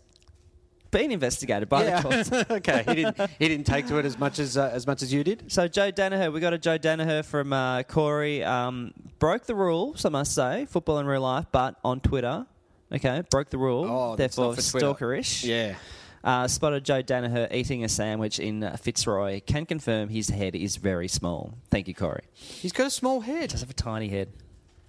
been investigated by the <laughs> courts.
Yeah. <laughs> okay. He didn't he didn't take to it as much as uh, as much as you did.
So Joe Danaher, we got a Joe Danaher from uh, Corey. Um, broke the rules, I must say, football in real life, but on Twitter. Okay, broke the rule,
Oh, that's
therefore
not for Twitter.
stalkerish.
Yeah.
Uh, spotted Joe Danaher eating a sandwich in uh, Fitzroy. Can confirm his head is very small. Thank you, Corey.
He's got a small head.
Does have a tiny head.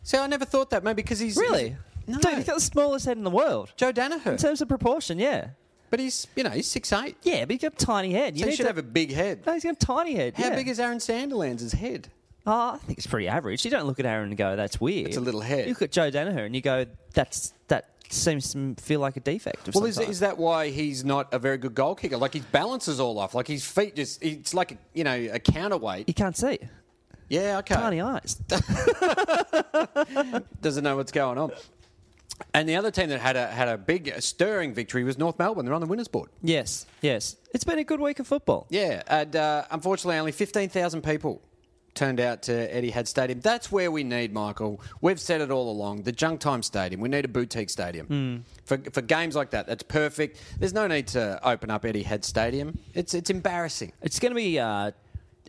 So I never thought that maybe because he's
Really?
he's-
Dude,
no.
he's got the smallest head in the world.
Joe
In
Danaher.
terms of proportion, yeah.
But he's you know he's six eight.
Yeah, but he's got a tiny head. You
So he
need
should
to-
have a big head.
No, he's got a tiny head.
How
yeah.
big is Aaron Sanderlands' head?
Oh, I think it's pretty average. You don't look at Aaron and go, "That's weird."
It's a little head.
You look at Joe Danaher and you go, "That's that seems to feel like a defect." Of
Well,
some
is,
type."
is that why he's not a very good goal kicker? Like his balance is all off. Like his feet just—it's like a, you know a counterweight.
you can't see
Yeah, okay.
tiny
<laughs>
eyes.
Doesn't know what's going on. And the other team that had a had a big a stirring victory was North Melbourne. They're on the winners board.
yes, yes. It's been a good week of football.
Yeah, and uh, unfortunately, only fifteen thousand people turned out to Eddie Had Stadium. That's where we need Michael. We've said it all along. The junk time stadium. We need a boutique stadium for for games like that. That's perfect. There's no need to open up Eddie Had Stadium. It's it's embarrassing.
It's going to be uh,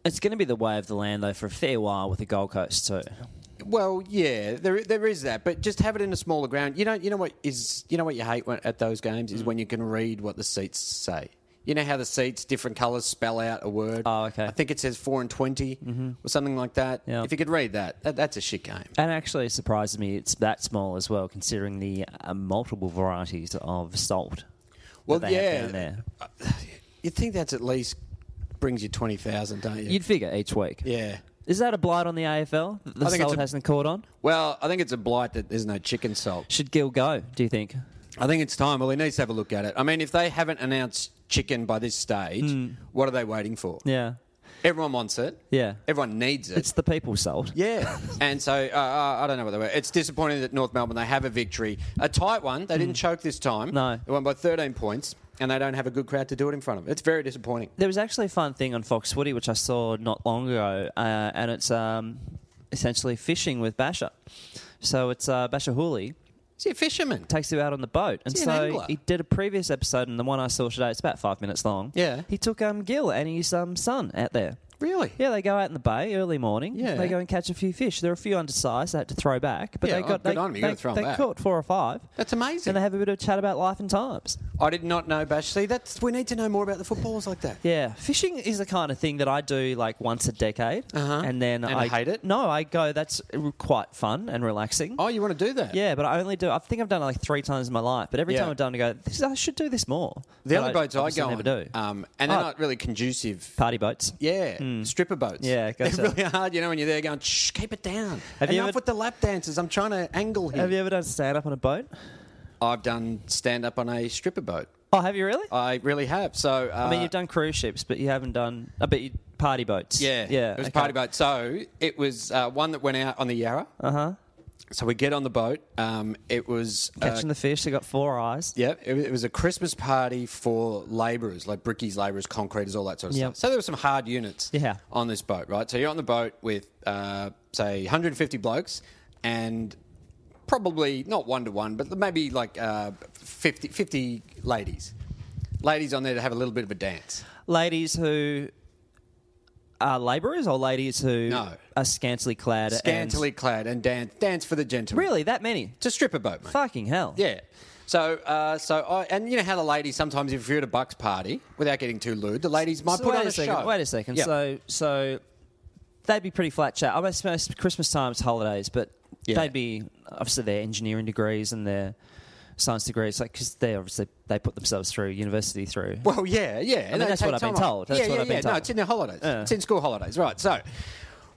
it's going to be the way of the land though for a fair while with the Gold Coast too.
Well, yeah, there there is that, but just have it in a smaller ground. You know, you know what is you know what you hate when, at those games
Mm.
is when you can read what the seats say. You know how the seats different colours spell out a word.
Oh, okay. Mm-hmm.
I think it says four and 20 or something like that.
Yeah.
If you could read that, that, that's a shit game.
And actually, it surprises me it's that small as well, considering the uh, multiple varieties of salt.
Well,
that they have
yeah.
down there.
<sighs> You'd think that's at least brings you twenty thousand, don't you?
You'd figure each week.
yeah.
Is that a blight on the AFL? that The
I think it's
salt
a-
hasn't caught on.
Well, I think it's a blight that there's no chicken salt.
Should Gill go? Do you think?
I think it's time. Well, he needs to have a look at it. I mean, if they haven't announced chicken by this stage,
Hmm.
what are they waiting for?
Yeah.
Everyone wants it.
Yeah.
Everyone needs it.
It's the people sold.
yeah. <laughs> and so uh, uh, I don't know what they were. It's disappointing that North Melbourne they have a victory, a tight one. They didn't choke this time.
Mm. No.
they won by 13 points, and they don't have a good crowd to do it in front of. It's very disappointing.
There was actually a fun thing on Fox Footy which I saw not long ago, uh, and it's um, essentially fishing with Basher. So it's uh, Basher Hooley
Is he a fisherman?
takes you out on the boat, and
Is he an
so
angler?
he did a previous episode, and the one I saw today, it's about five minutes long.
Yeah.
he took um Gill and his um son out there.
Really?
Yeah, they go out in the bay early morning.
Yeah.
They go and catch a few fish. There are a few undersized they had to throw back, but
Yeah,
they
oh,
got
good
they,
on 'em, you
they,
gotta throw 'em
they
back.
caught four or five.
That's amazing.
And they have a bit of chat about life and times.
I did not know, Bash. See, that's we need to know more about the footballers like that.
Yeah, fishing is the kind of thing that I do like once a decade,
Uh-huh.
and then
And
I
hate it?
No, I go. That's quite fun and relaxing.
Oh, you want to do that?
Yeah, but I only do. I think I've done it like three times in my life. But every
Yeah.
time I've done, it, I go. This, I should do this more.
The
But
other boats I
obviously
go
never
on,
do.
um, and they're
Oh.
not really conducive.
Party boats.
Yeah, stripper boats.
Yeah,
they're
gotcha.
really hard. You know, when you're there going, shh, keep it down.
Have you
Enough
ever-
with the lap dances. I'm trying to angle here.
Have you ever done stand up on a boat?
I've done stand up on a stripper boat.
Oh, have you really?
I really have. So uh,
I mean, you've done cruise ships, but you haven't done. I bet you party boats.
Yeah,
yeah.
It was a
okay.
party boat. So it was uh, one that went out on the Yarra. Uh
Uh-huh.
huh. So we get on the boat. Um, it was uh,
Catching the fish. They got four eyes.
Yeah, it, wa- it was a Christmas party for labourers, like brickies, labourers, concreters, all that sort of
Yep.
stuff. So there were some hard units
Yeah.
on this boat, right? So you're on the boat with, uh, say, 150 blokes and probably not one to one, but maybe like uh, 50, 50 ladies. Ladies on there to have a little bit of a dance.
Ladies who are labourers or ladies who
No.
are scantily clad. and-
Scantily clad and dance, dance for the gentlemen.
really, that many?
It's a stripper boat, mate.
Fucking hell.
Yeah. So, uh, so I, and you know how the ladies sometimes, if you're at a bucks party, without getting too lewd, the ladies might
So
put
wait
on a,
second.
show.
Wait a second.
Yeah.
So, so they'd be pretty flat chat. I mean, it's Christmas time's holidays, but
Yeah.
they'd be obviously their engineering degrees and their science degrees, like because they obviously they put themselves through university through.
Well, yeah, yeah. And
that's what I've been told. That's
yeah,
what
yeah,
I've been
yeah. No,
told.
it's in their holidays. It's in school holidays, right? So,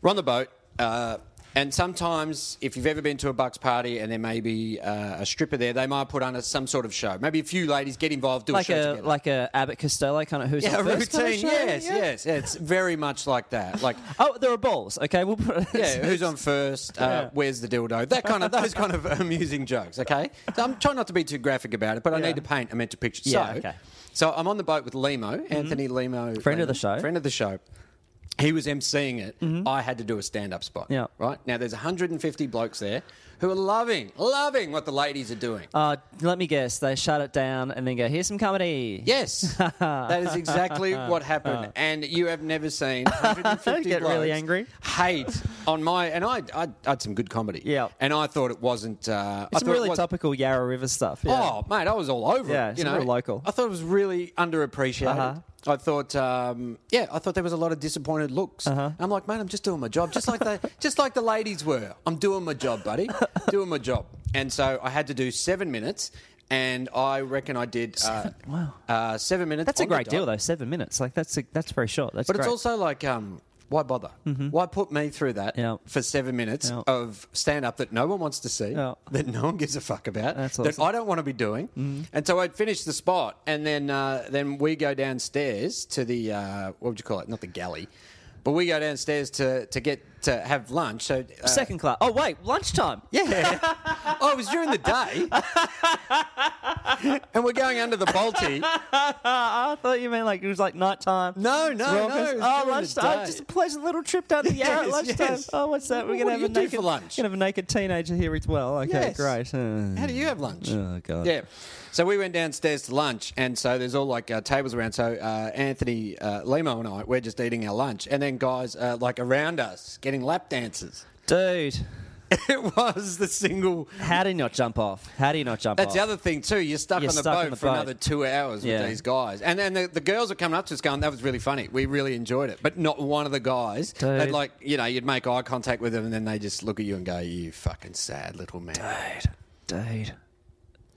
we're on the boat, uh, and sometimes if you've ever been to a bucks party and there may be uh, a stripper there, they might put on a, some sort of show. Maybe a few ladies get involved, do
like
a show
a
together.
like a Abbott Costello kind of who's
yeah,
on
a routine.
first kind of show,
yes,
yeah.
yes, yeah, It's very much like that. Like.
Oh, there are balls. Okay, we'll put. <laughs>
Yeah, who's on first? Uh,
Yeah.
Where's the dildo? That kind of those kind of <laughs> amusing jokes. Okay, so I'm trying not to be too graphic about it, but I
Yeah.
need to paint a mental picture.
Yeah,
so,
okay. Mm-hmm.
so I'm on the boat with Limo, Anthony Limo,
Friend of the
Lehman,
show. Mm-hmm.
friend of the show. He was emceeing it. I had to do a stand-up spot.
Yeah.
Right now, there's 150 blokes there who are loving, loving what the ladies are doing.
Uh, let me guess. They shut it down and then go. Here's some comedy.
Yes,
<laughs>
that is exactly what happened, and you have
<laughs>
never seen 150
Uh. Get really
blokes
angry.
hate on my and I I had some good comedy,
Yeah.
and I thought it wasn't. Uh, I
It's some
thought it
really
was-
topical Yarra River stuff. Yeah.
Oh mate, I was all over
Yeah,
it.
it's
You know,
real local.
I thought it was really underappreciated.
Uh-huh.
I thought, um, yeah, I thought there was a lot of disappointed looks.
Uh-huh.
I'm like, mate, I'm just doing my job, just like
<laughs>
the just like the ladies were. I'm doing my job, buddy, doing my job. And so I had to do seven minutes, and I reckon I did uh, seven,
wow.
uh, seven minutes.
that's a
on the
great
dot.
deal though. Seven minutes. Like that's a, that's very short. That's
But
great. Mm-hmm.
it's also like, um, why bother? Why put me through that
Yeah.
for seven minutes
Yeah.
of stand up that no one wants to see,
Yeah.
that no one gives a fuck about,
That's
that
awesome. Mm-hmm.
I don't want to be doing? And so I'd finish the spot, and then uh, then we go downstairs to the uh, what would you call it? Not the galley, but we go downstairs to to get to have lunch. So uh,
Second class. Oh wait, lunchtime.
yeah. <laughs> oh, it was during
<laughs>
the day. and we're going under the Balti.
I thought you meant like it was like nighttime.
No, no,
Well,
no.
because-
it was
oh,
during the
lunchtime.
day.
Just a pleasant little trip down
<laughs>
the Yarra at
Yes,
lunchtime.
yes.
Oh, what's that? We're
What
gonna
do
have
you
a
do
naked
for lunch?
Gonna have a naked teenager here as well. Okay,
Yes.
great. Uh,
How do you have lunch?
Oh, God.
Yeah. So we went downstairs to lunch, and so there's all like uh, tables around. So uh, Anthony uh, Limo and I, we're just eating our lunch, and then guys uh, like around us getting lap dances. <laughs>
Dude,
it was the single.
how do you not jump off? How do you not jump
That's
off?
the other thing too. You're stuck
Oh. You're
on the
stuck
boat
on the
for
boat.
another two hours
Yeah.
with these guys, and then the, the girls are coming up to us going, "That was really funny. We really enjoyed it." But not one of the guys.
Dude.
They'd like, you know, you'd make eye contact with them, and then they just look at you and go, "You fucking sad little man."
Dude, dude,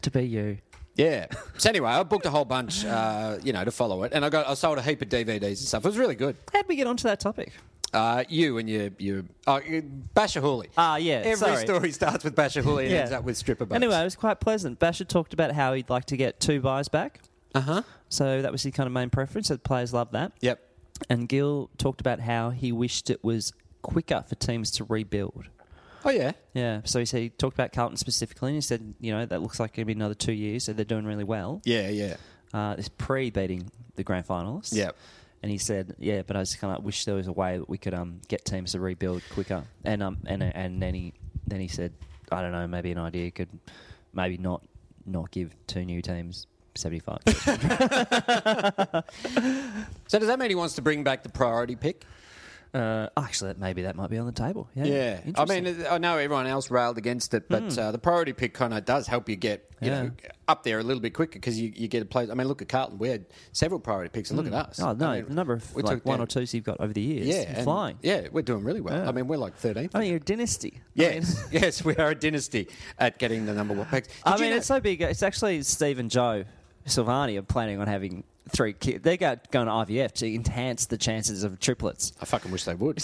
to be you.
Yeah. So anyway, I booked a whole bunch, uh, you know, to follow it, and I got I sold a heap of DVDs and stuff. It was really good.
How'd we get onto that topic?
Uh, you and your your uh, Basha Hooley.
Ah, yeah,
Every
sorry.
story starts with Basha Hooley and ends up with stripper. Boats.
Anyway, it was quite pleasant. Basher talked about how he'd like to get two buys back.
Uh huh.
So that was his kind of main preference. So the players love that.
Yep.
And Gil talked about how he wished it was quicker for teams to rebuild.
Oh yeah.
Yeah. So he said he talked about Carlton specifically, and he said, you know, that looks like it'll be another two years, so they're doing really well.
Yeah yeah.
Uh, it's pre beating the grand finalists.
Yep.
And he said, yeah, but I just kind of wish there was a way that we could um, get teams to rebuild quicker. And um and and then he then he said, I don't know, maybe an idea could maybe not not give two new teams seventy five.
So does that mean he wants to bring back the priority pick?
Uh, actually, that maybe that might be on the table. Yeah,
Yeah, I
Interesting. Hmm.
mean, I know everyone else railed against it, but uh, the priority pick kind of does help you get you
Yeah.
know up there a little bit quicker because you, you get a place. I mean, look at Carlton; we had several priority picks, and look at us.
oh no,
I mean,
the number of
we
like
took
one
down-
or twos you've got over the years,
yeah,
You're
and-
flying.
Yeah, we're doing really well.
Yeah.
I mean, we're like thirteenth.
I mean, you're a dynasty. I
<laughs>
mean- <laughs>
Yes, yes, we are a dynasty at getting the number one picks. Did
I
you
mean,
know-
it's so big. It's actually Steve and Joe Silvani are planning on having three kids. They got going to IVF to enhance the chances of triplets.
I fucking wish they
<laughs>
would.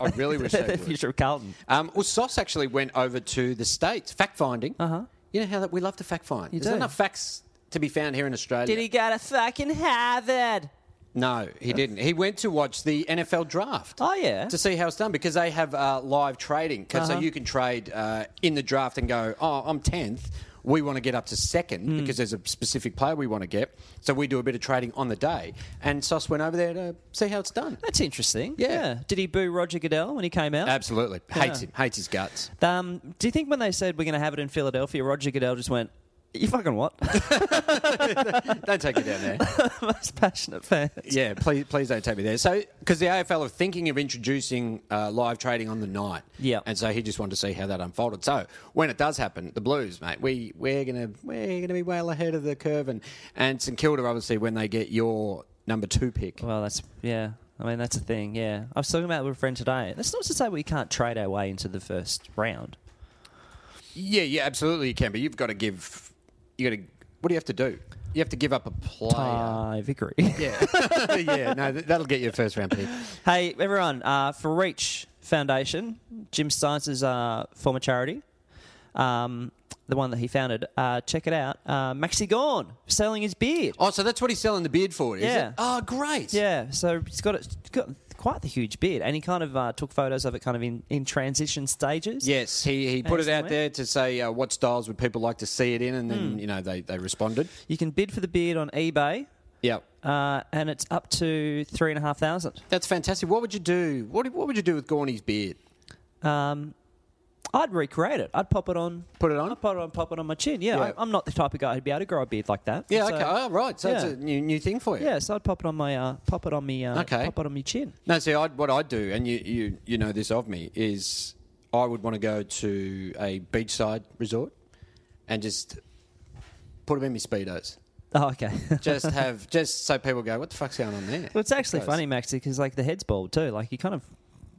I really wish they
the
would.
future of Carlton.
Um, well, Sauce actually went over to the states fact finding. Uh huh. You know how that we love to fact find. There's
Uh-huh. do.
enough facts to be found here in Australia.
Did he go to fucking Harvard?
No, he didn't. He went to watch the NFL draft.
Oh, yeah. Uh-huh.
To see how it's done because they have uh, live trading. 'Cause- So you can trade uh, in the draft and go, oh, I'm 10th. We want to get up to second
Hmm.
because there's a specific player we want to get. So we do a bit of trading on the day. And Sauce went over there to see how it's done.
That's interesting.
Yeah.
Did he boo Roger Goodell when he came out?
Absolutely. Hates him. Hates his guts. <laughs>
Um, do you think when they said we're going to have it in Philadelphia, Roger Goodell just went, "You fucking
<laughs>
what?"
Don't take it down there.
Most passionate fan.
Yeah, please, please don't take me there. So, because the AFL are thinking of introducing uh, live trading on the night,
Yeah.
and so he just wanted to see how that unfolded. So, when it does happen, the Blues, mate, we we're gonna we're gonna be well ahead of the curve, and and St Kilda, obviously, when they get your number two pick,
Well, that's yeah. I mean, that's a thing. Yeah, I was talking about it with a friend today. That's not to say we can't trade our way into the first round.
yeah, yeah, absolutely, you can, but you've got to give, you got to, what do you have to do? You have to give up a player.
Uh, Vickery.
yeah, <laughs> yeah, no, th- that'll get you a first round pick.
<laughs> hey, everyone, uh, for Reach Foundation, Jim Stein's uh, former charity, um, the one that he founded, uh, check it out. Uh, Maxi Gorn selling his beard.
Oh, so that's what he's selling the beard for, is
Yeah.
it? Oh, great.
Yeah, so he's got, a, he's got quite the huge beard, and he kind of uh, took photos of it kind of in, in transition stages.
Yes, he, he put it out
Excellent. Hmm.
there to say uh, what styles would people like to see it in, and then you know they, they responded.
You can bid for the beard on eBay,
Yeah,
uh, and it's up to three and a half thousand.
that's fantastic. What would you do? What what would you do with Gorney's beard?
Um, I'd recreate it. I'd pop it on.
Put it on?
I'd pop it on. Pop it on my chin. Yeah,
Yeah.
I, I'm not the type of guy who'd be able to grow a beard like that.
Yeah,
So-
okay, oh, right. So it's
yeah.
a new new thing for you.
Yeah, so I'd pop it on my uh, pop it on me. Uh,
Okay.
Pop it on my chin.
No, see, I'd, what I'd do, and you, you you know this of me, is I would want to go to a beachside resort and just put them in my speedos.
Oh, okay. <laughs>
Just have just so people go, what the fuck's going on there?
well, it's actually
Guys.
funny, Maxie, because like the head's bald too. Like he kind of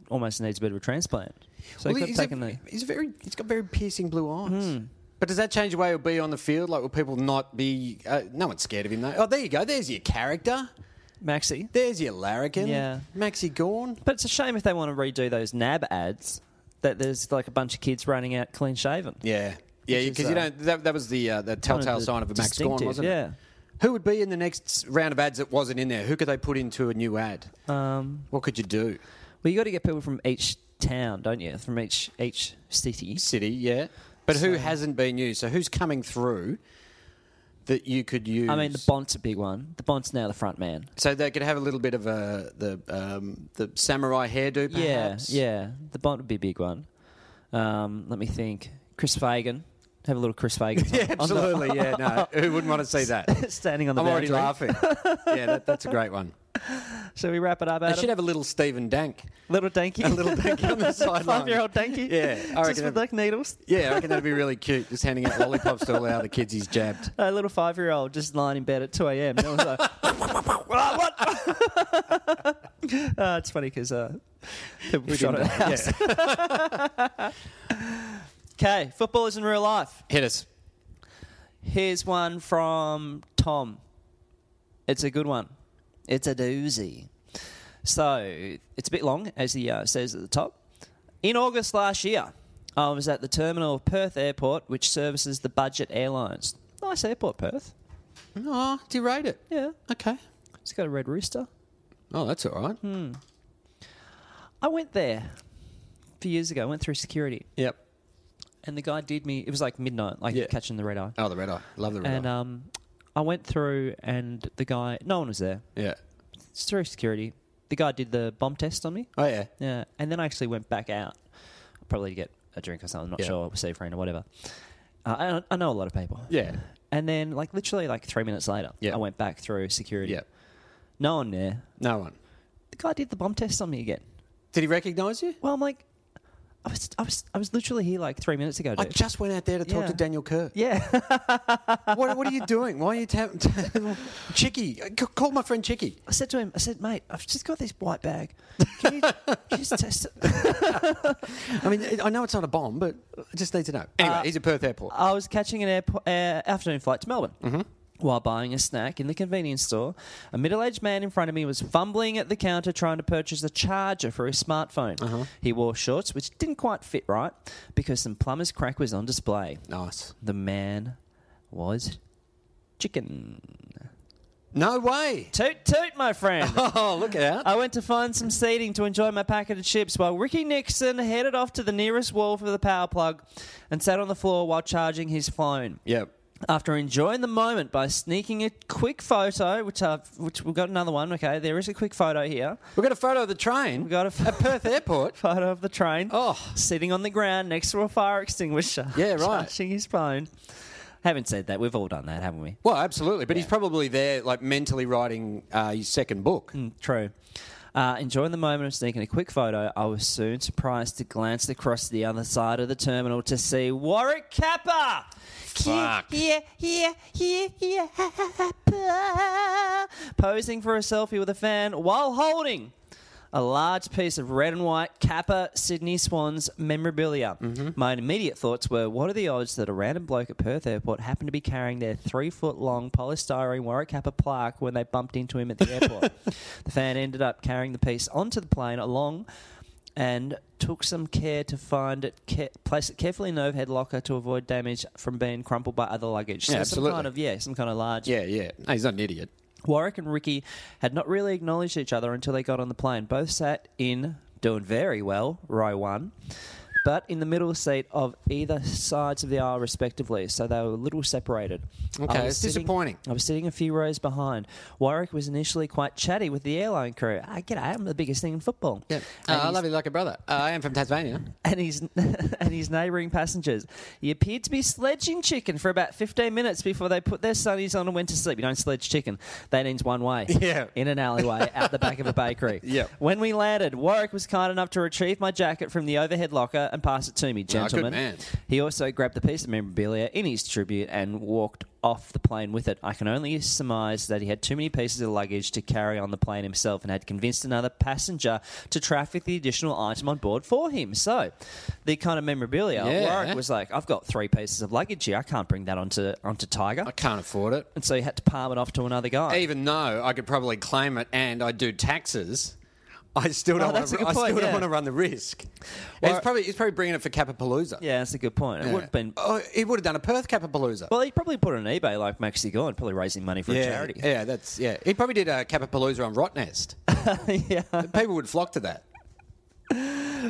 almost needs a bit of a transplant. So he
Well,
could have
he's, a-
taken the.
he's very he's got very piercing blue eyes.
Hmm.
But does that change the way he'll be on the field? Like, will people not be? Uh, no one's scared of him though. Oh, there you go. There's your character.
Maxie.
There's your larrikin.
Yeah.
Maxi Gorn.
But it's a shame if they want to redo those nab ads. That there's like a bunch of kids running out clean shaven.
Yeah, yeah.
Which is,
Because you
uh,
don't. That, that was the uh, the telltale
the
sign of a Max Gorn,
distinctive,
wasn't
yeah.
it? Who would be in the next round of ads that wasn't in there? Who could they put into a new ad?
Um,
What could you do?
well, you got to get people from each town, don't you? From each each city.
City, yeah. But who hasn't been used? So who's coming through that you could use?
I mean, the Bont's a big one. The Bont's now the front man.
So they could have a little bit of a the um, the samurai hairdo, perhaps. <laughs>
Yeah, yeah. The Bont would be a big one. Um, let me think. Chris Fagan. Have a little Chris
<laughs>
Fagan.
yeah, absolutely.
<laughs>
yeah, no, who wouldn't want to see that?
standing <laughs> on the
I'm already
boundary.
laughing. yeah, that, that's a great one.
Shall we wrap it up,
They
Adam?
should have a little Stephen Dank,
little danky. <laughs>
a little Dank on the sideline.
Five-year-old danky.
Yeah, I
Just
reckon
with
it-
like needles.
Yeah, I reckon that'd be really cute. Just handing out lollipops to all the other kids he's jabbed.
A little five-year-old just lying in bed at 2 a.m. And I was like, <laughs> "Ah, what? <laughs> uh, it's funny because uh, people shot at our house. <laughs> Okay, football is in real life.
Hit us.
Here's one from Tom. It's a good one. It's a doozy. So it's a bit long, as he uh, says at the top. In August last year, I was at the terminal of Perth Airport, which services the budget airlines. Nice airport, Perth.
Oh, derate it.
Yeah,
Okay.
it's got a red rooster.
Oh, that's all right.
Hmm. I went there a few years ago. I went through security,
Yep.
and the guy did me. It was like midnight, like
Yeah.
catching the red eye.
Oh, the red eye. Love the red
And
eye.
um, I went through, and the guy, no one was there.
yeah.
It's through security. The guy did the bomb test on me.
Oh yeah.
Yeah, and then I actually went back out, probably to get a drink or something. I'm not
Yeah.
sure, safe rain or whatever. Uh, I, I know a lot of people.
Yeah.
And then, like literally, like three minutes later,
Yeah.
I went back through security.
Yeah.
No one there.
No one.
The guy did the bomb test on me again.
Did he recognise you?
Well, I'm like, I was, I was, I was literally here like three minutes ago.
I
Dude.
just went out there to talk
Yeah.
to Daniel Kerr.
<laughs> yeah.
what, what are you doing? Why are you tapping? Chicky, c- call my friend Chicky.
I said to him, I said, mate, I've just got this white bag. Can
<laughs>
you just test it?
I mean, I- I know it's not a bomb, but I just need to know. Anyway, he's at Perth Airport.
I was catching an airpo- uh, afternoon flight to Melbourne.
Mm-hmm.
While buying a snack in the convenience store, a middle aged man in front of me was fumbling at the counter trying to purchase a charger for his smartphone.
Mm-hmm.
He wore shorts which didn't quite fit right because some plumber's crack was on display.
Nice.
The man was chicken.
No way.
Toot toot, my friend!
Oh, look out.
I went to find some seating to enjoy my packet of chips while Ricky Nixon headed off to the nearest wall for the power plug and sat on the floor while charging his phone.
Yep.
After enjoying the moment by sneaking a quick photo, which I've, which we've got another one. Okay, there is a quick photo here.
We've got a photo of the train.
We got a
at Perth
<laughs>
Airport.
Photo of the train.
Oh.
sitting on the ground next to a fire extinguisher.
Yeah, right.
Charging his phone. Haven't said that. We've all done that, haven't we?
Well, absolutely. But he's probably there, like mentally writing uh, his second book.
True. Uh, enjoying the moment of sneaking a quick photo, I was soon surprised to glance across the other side of the terminal to see Warwick Kappa. Fuck. Yeah, yeah, yeah, yeah, Kappa. Posing for a selfie with a fan while holding a large piece of red and white Kappa Sydney Swans memorabilia. My immediate thoughts were what are the odds that a random bloke at Perth Airport happened to be carrying their three foot long polystyrene Warwick Kappa plaque when they bumped into him at the airport? the fan ended up carrying the piece onto the plane along. And took some care to find it, ca- place it carefully in an overhead locker to avoid damage from being crumpled by other luggage.
Yeah,
so
absolutely.
Some kind of yeah, some kind of large
Yeah, yeah. No, he's not an idiot.
Warwick and Ricky had not really acknowledged each other until they got on the plane. Both sat in, doing very well, row one, but in the middle seat of either sides of the aisle, respectively. So they were a little separated.
Okay,
I was
it's disappointing.
I was sitting a few rows behind. Warwick was initially quite chatty with the airline crew. I get I'm the biggest thing in football.
Yeah. Uh,
And
I
he's-
love you like a brother. Uh, I am from Tasmania.
<laughs> and his and his neighbouring passengers. He appeared to be sledging chicken for about 15 minutes before they put their sunnies on and went to sleep. You don't sledge chicken; that ends one way.
<laughs> Yeah.
in an alleyway out the back of a
<laughs>
bakery.
Yep.
When we landed, Warwick was kind enough to retrieve my jacket from the overhead locker and pass it to me,
good
gentlemen.
man.
He also grabbed the piece of memorabilia in his tribute and walked off the plane with it. I can only surmise that he had too many pieces of luggage to carry on the plane himself and had convinced another passenger to traffic the additional item on board for him. So, the kind of memorabilia,
Yeah.
Warwick was like, I've got three pieces of luggage here. I can't bring that onto, onto Tiger.
I can't afford it.
And so he had to palm it off to another guy.
Even though I could probably claim it and I do taxes, I still
Oh,
don't,
that's a
want, to,
good
I still
point, yeah.
don't want to run the risk.
Well,
it's, probably, it's probably bringing it for Capapalooza.
yeah, that's a good point. It would have been
Oh, he would have done a Perth Capapalooza.
Well, he'd probably put it on eBay like Maxi Gorn, probably raising money for
yeah,
a charity.
Yeah, that's yeah. He probably did a Capapalooza
<laughs>
on Rottnest.
yeah.
People would flock to that.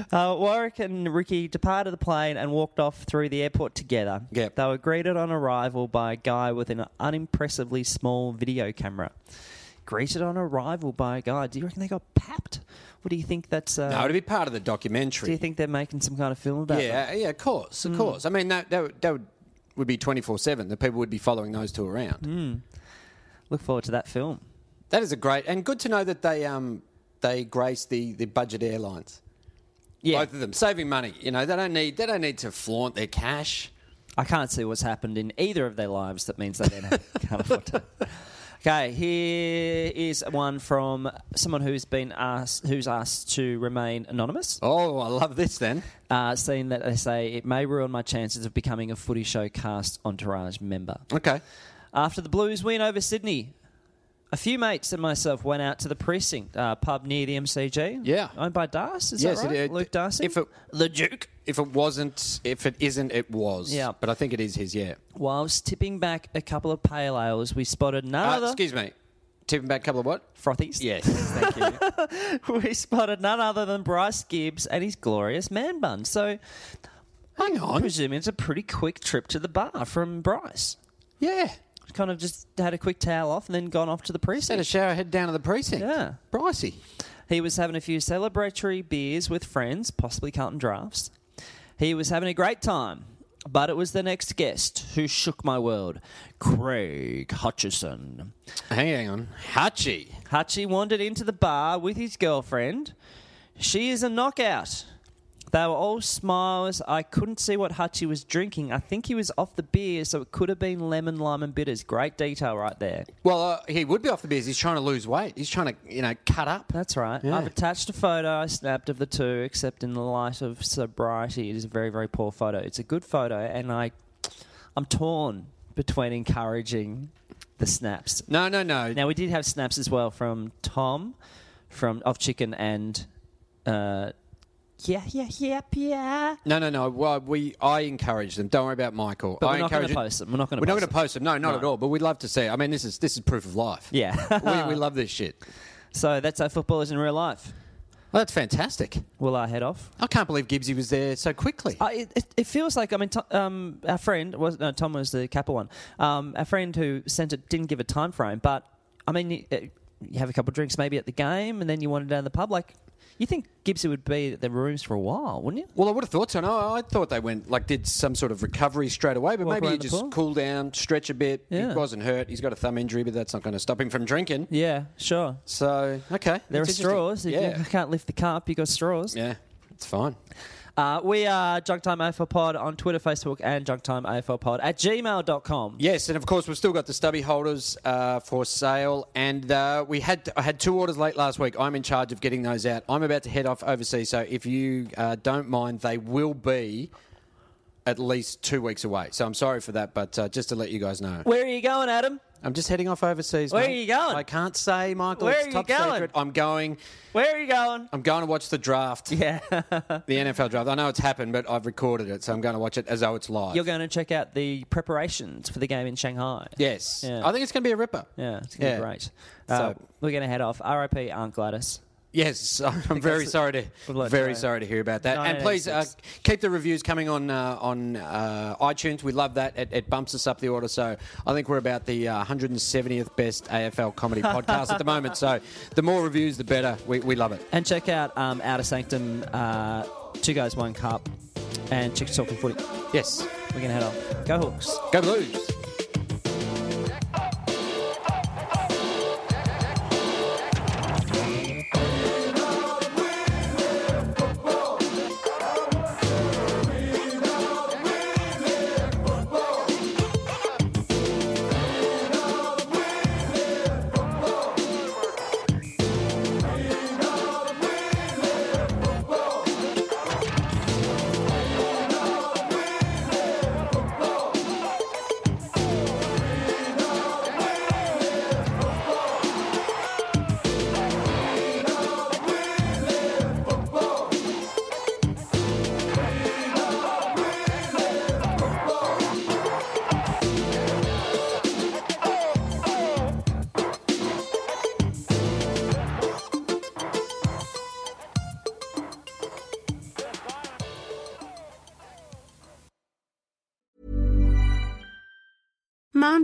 Uh, Warwick and Ricky departed the plane and walked off through the airport together.
Yep.
They were greeted on arrival by a guy with an unimpressively small video camera. Greeted on arrival by a guy. Do you reckon they got papped? What do you think that's. Uh,
No, it'd be part of the
do
documentary.
you think they're making some kind of film about that? Hmm.
Yeah, yeah, of course, of course. I mean, that that, would- that would, would be twenty four seven. The people would be following those two around.
Hmm. Look forward to that film.
That is a great and good to know that they um they grace the the budget airlines.
Yeah.
Both of them saving money. You know, they don't need they don't need to flaunt their cash.
I can't see what's happened in either of their lives that means they don't <laughs> can't afford to. Okay, here is one from someone who's been asked, who's asked to remain anonymous,
Oh, I love this then.
uh, seeing that they say it may ruin my chances of becoming a footy show cast entourage member.
Okay.
After the Blues win over Sydney, a few mates and myself went out to the precinct uh, pub near the MCG.
Yeah.
owned by Darcy. Is
Yes,
that right?
it- it-
Luke Darcy.
if it-
the Duke.
If it wasn't, if it isn't, it was.
Yeah.
But I think it is his. Yeah.
Whilst tipping back a couple of pale ales, we spotted none
Uh,
other
excuse me. Tipping back a couple of what?
frothies.
Yes. Thank
<laughs>
you.
we spotted none other than Bryce Gibbs and his glorious man bun. So
Hang
I'm
on.
presuming it's a pretty quick trip to the bar from Bryce.
Yeah.
Kind of just had a quick towel off and then gone off to the
Had a
precinct.
shower, head down to the precinct.
Yeah.
Pricey.
He was having a few celebratory beers with friends, possibly Carlton Drafts. He was having a great time. But it was the next guest who shook my world, Craig Hutchison.
Hang on. Hutchie.
Hutchie wandered into the bar with his girlfriend. She is a knockout. They were all smiles. I couldn't see what Hutchie was drinking. I think he was off the beer, so it could have been lemon, lime, and bitters. Great detail right there.
Well, uh, he would be off the beers. He's trying to lose weight. He's trying to, you know, cut up.
That's right.
Yeah.
I've attached a photo I snapped of the two, except in the light of sobriety, it is a very, very poor photo. It's a good photo, and I, I'm torn between encouraging the snaps.
No, no, no.
Now we did have snaps as well from Tom, from of chicken and, uh, yeah, yeah, yeah, yeah.
No, no, no. Well, we I encourage them. Don't worry about Michael.
But
I
we're not going
encourage
to post them. We're not going to.
We're not going to post them. No, not at all. But we'd love to see. it. I mean, this is this is proof of life.
Yeah. <laughs> Uh-huh.
we, we love this shit.
So that's how football is in real life.
Well, that's fantastic.
Will I head off?
I can't believe Gibbsy was there so quickly.
Uh, it, it, it feels like I mean, to, um, our friend was no, Tom was the Kappa one. Um, our friend who sent it didn't give a time frame, but I mean, you, uh, you have a couple of drinks maybe at the game, and then you wander down the pub. Like, you think Gibson would be at the rooms for a while, wouldn't you?
Well, I would have thought so. No, I thought they went like did some sort of recovery straight away, but
Walk
maybe
around
he
the
just
pool.
cool down, stretch a bit.
Yeah.
He wasn't hurt. He's got a thumb injury, but that's not going to stop him from drinking.
Yeah, sure.
So okay,
There
That's
are
interesting.
straws. If
Yeah,
you can't lift the cup, you got straws.
yeah, it's fine.
Uh, we are Junk Time AFL Pod on Twitter, Facebook, and Junk Time AFL Pod at gmail.com.
Yes, and of course we've still got the stubby holders uh, for sale, and uh, we had I had two orders late last week. I'm in charge of getting those out. I'm about to head off overseas, so if you uh, don't mind, they will be at least two weeks away. So I'm sorry for that, but uh, just to let you guys know,
Where are you going, Adam?
I'm just heading off overseas.
Where
mate.
are you going?
I can't say, Michael.
Where
it's
are you
top
going?
secret. I'm going.
Where are you going?
I'm going to watch the
<laughs>
draft,
Yeah. <laughs>
the NFL draft. I know it's happened, but I've recorded it, so I'm going to watch it as though it's live.
You're going to check out the preparations for the game in Shanghai.
yes,
Yeah.
I think it's going to be a ripper.
Yeah, it's going to
Yeah.
be great. Uh,
So-
we're going to head off. RIP Aunt Gladys. <laughs>
Yes, I'm very
that's-
sorry to
Good luck,
very
Joe.
sorry to hear about that. And please uh,
1986.
keep the reviews coming on uh, on uh, iTunes. We love that. It, it bumps us up the order. So I think we're about the uh, 170th best
<laughs>
AFL comedy podcast at the moment. So the more reviews, the better. We, we love it.
And check out um, Outer Sanctum, uh, Two Guys, One Cup, and Chick Talking Footy.
Yes,
We're going to head off. Go Hooks.
go Blues.
Mom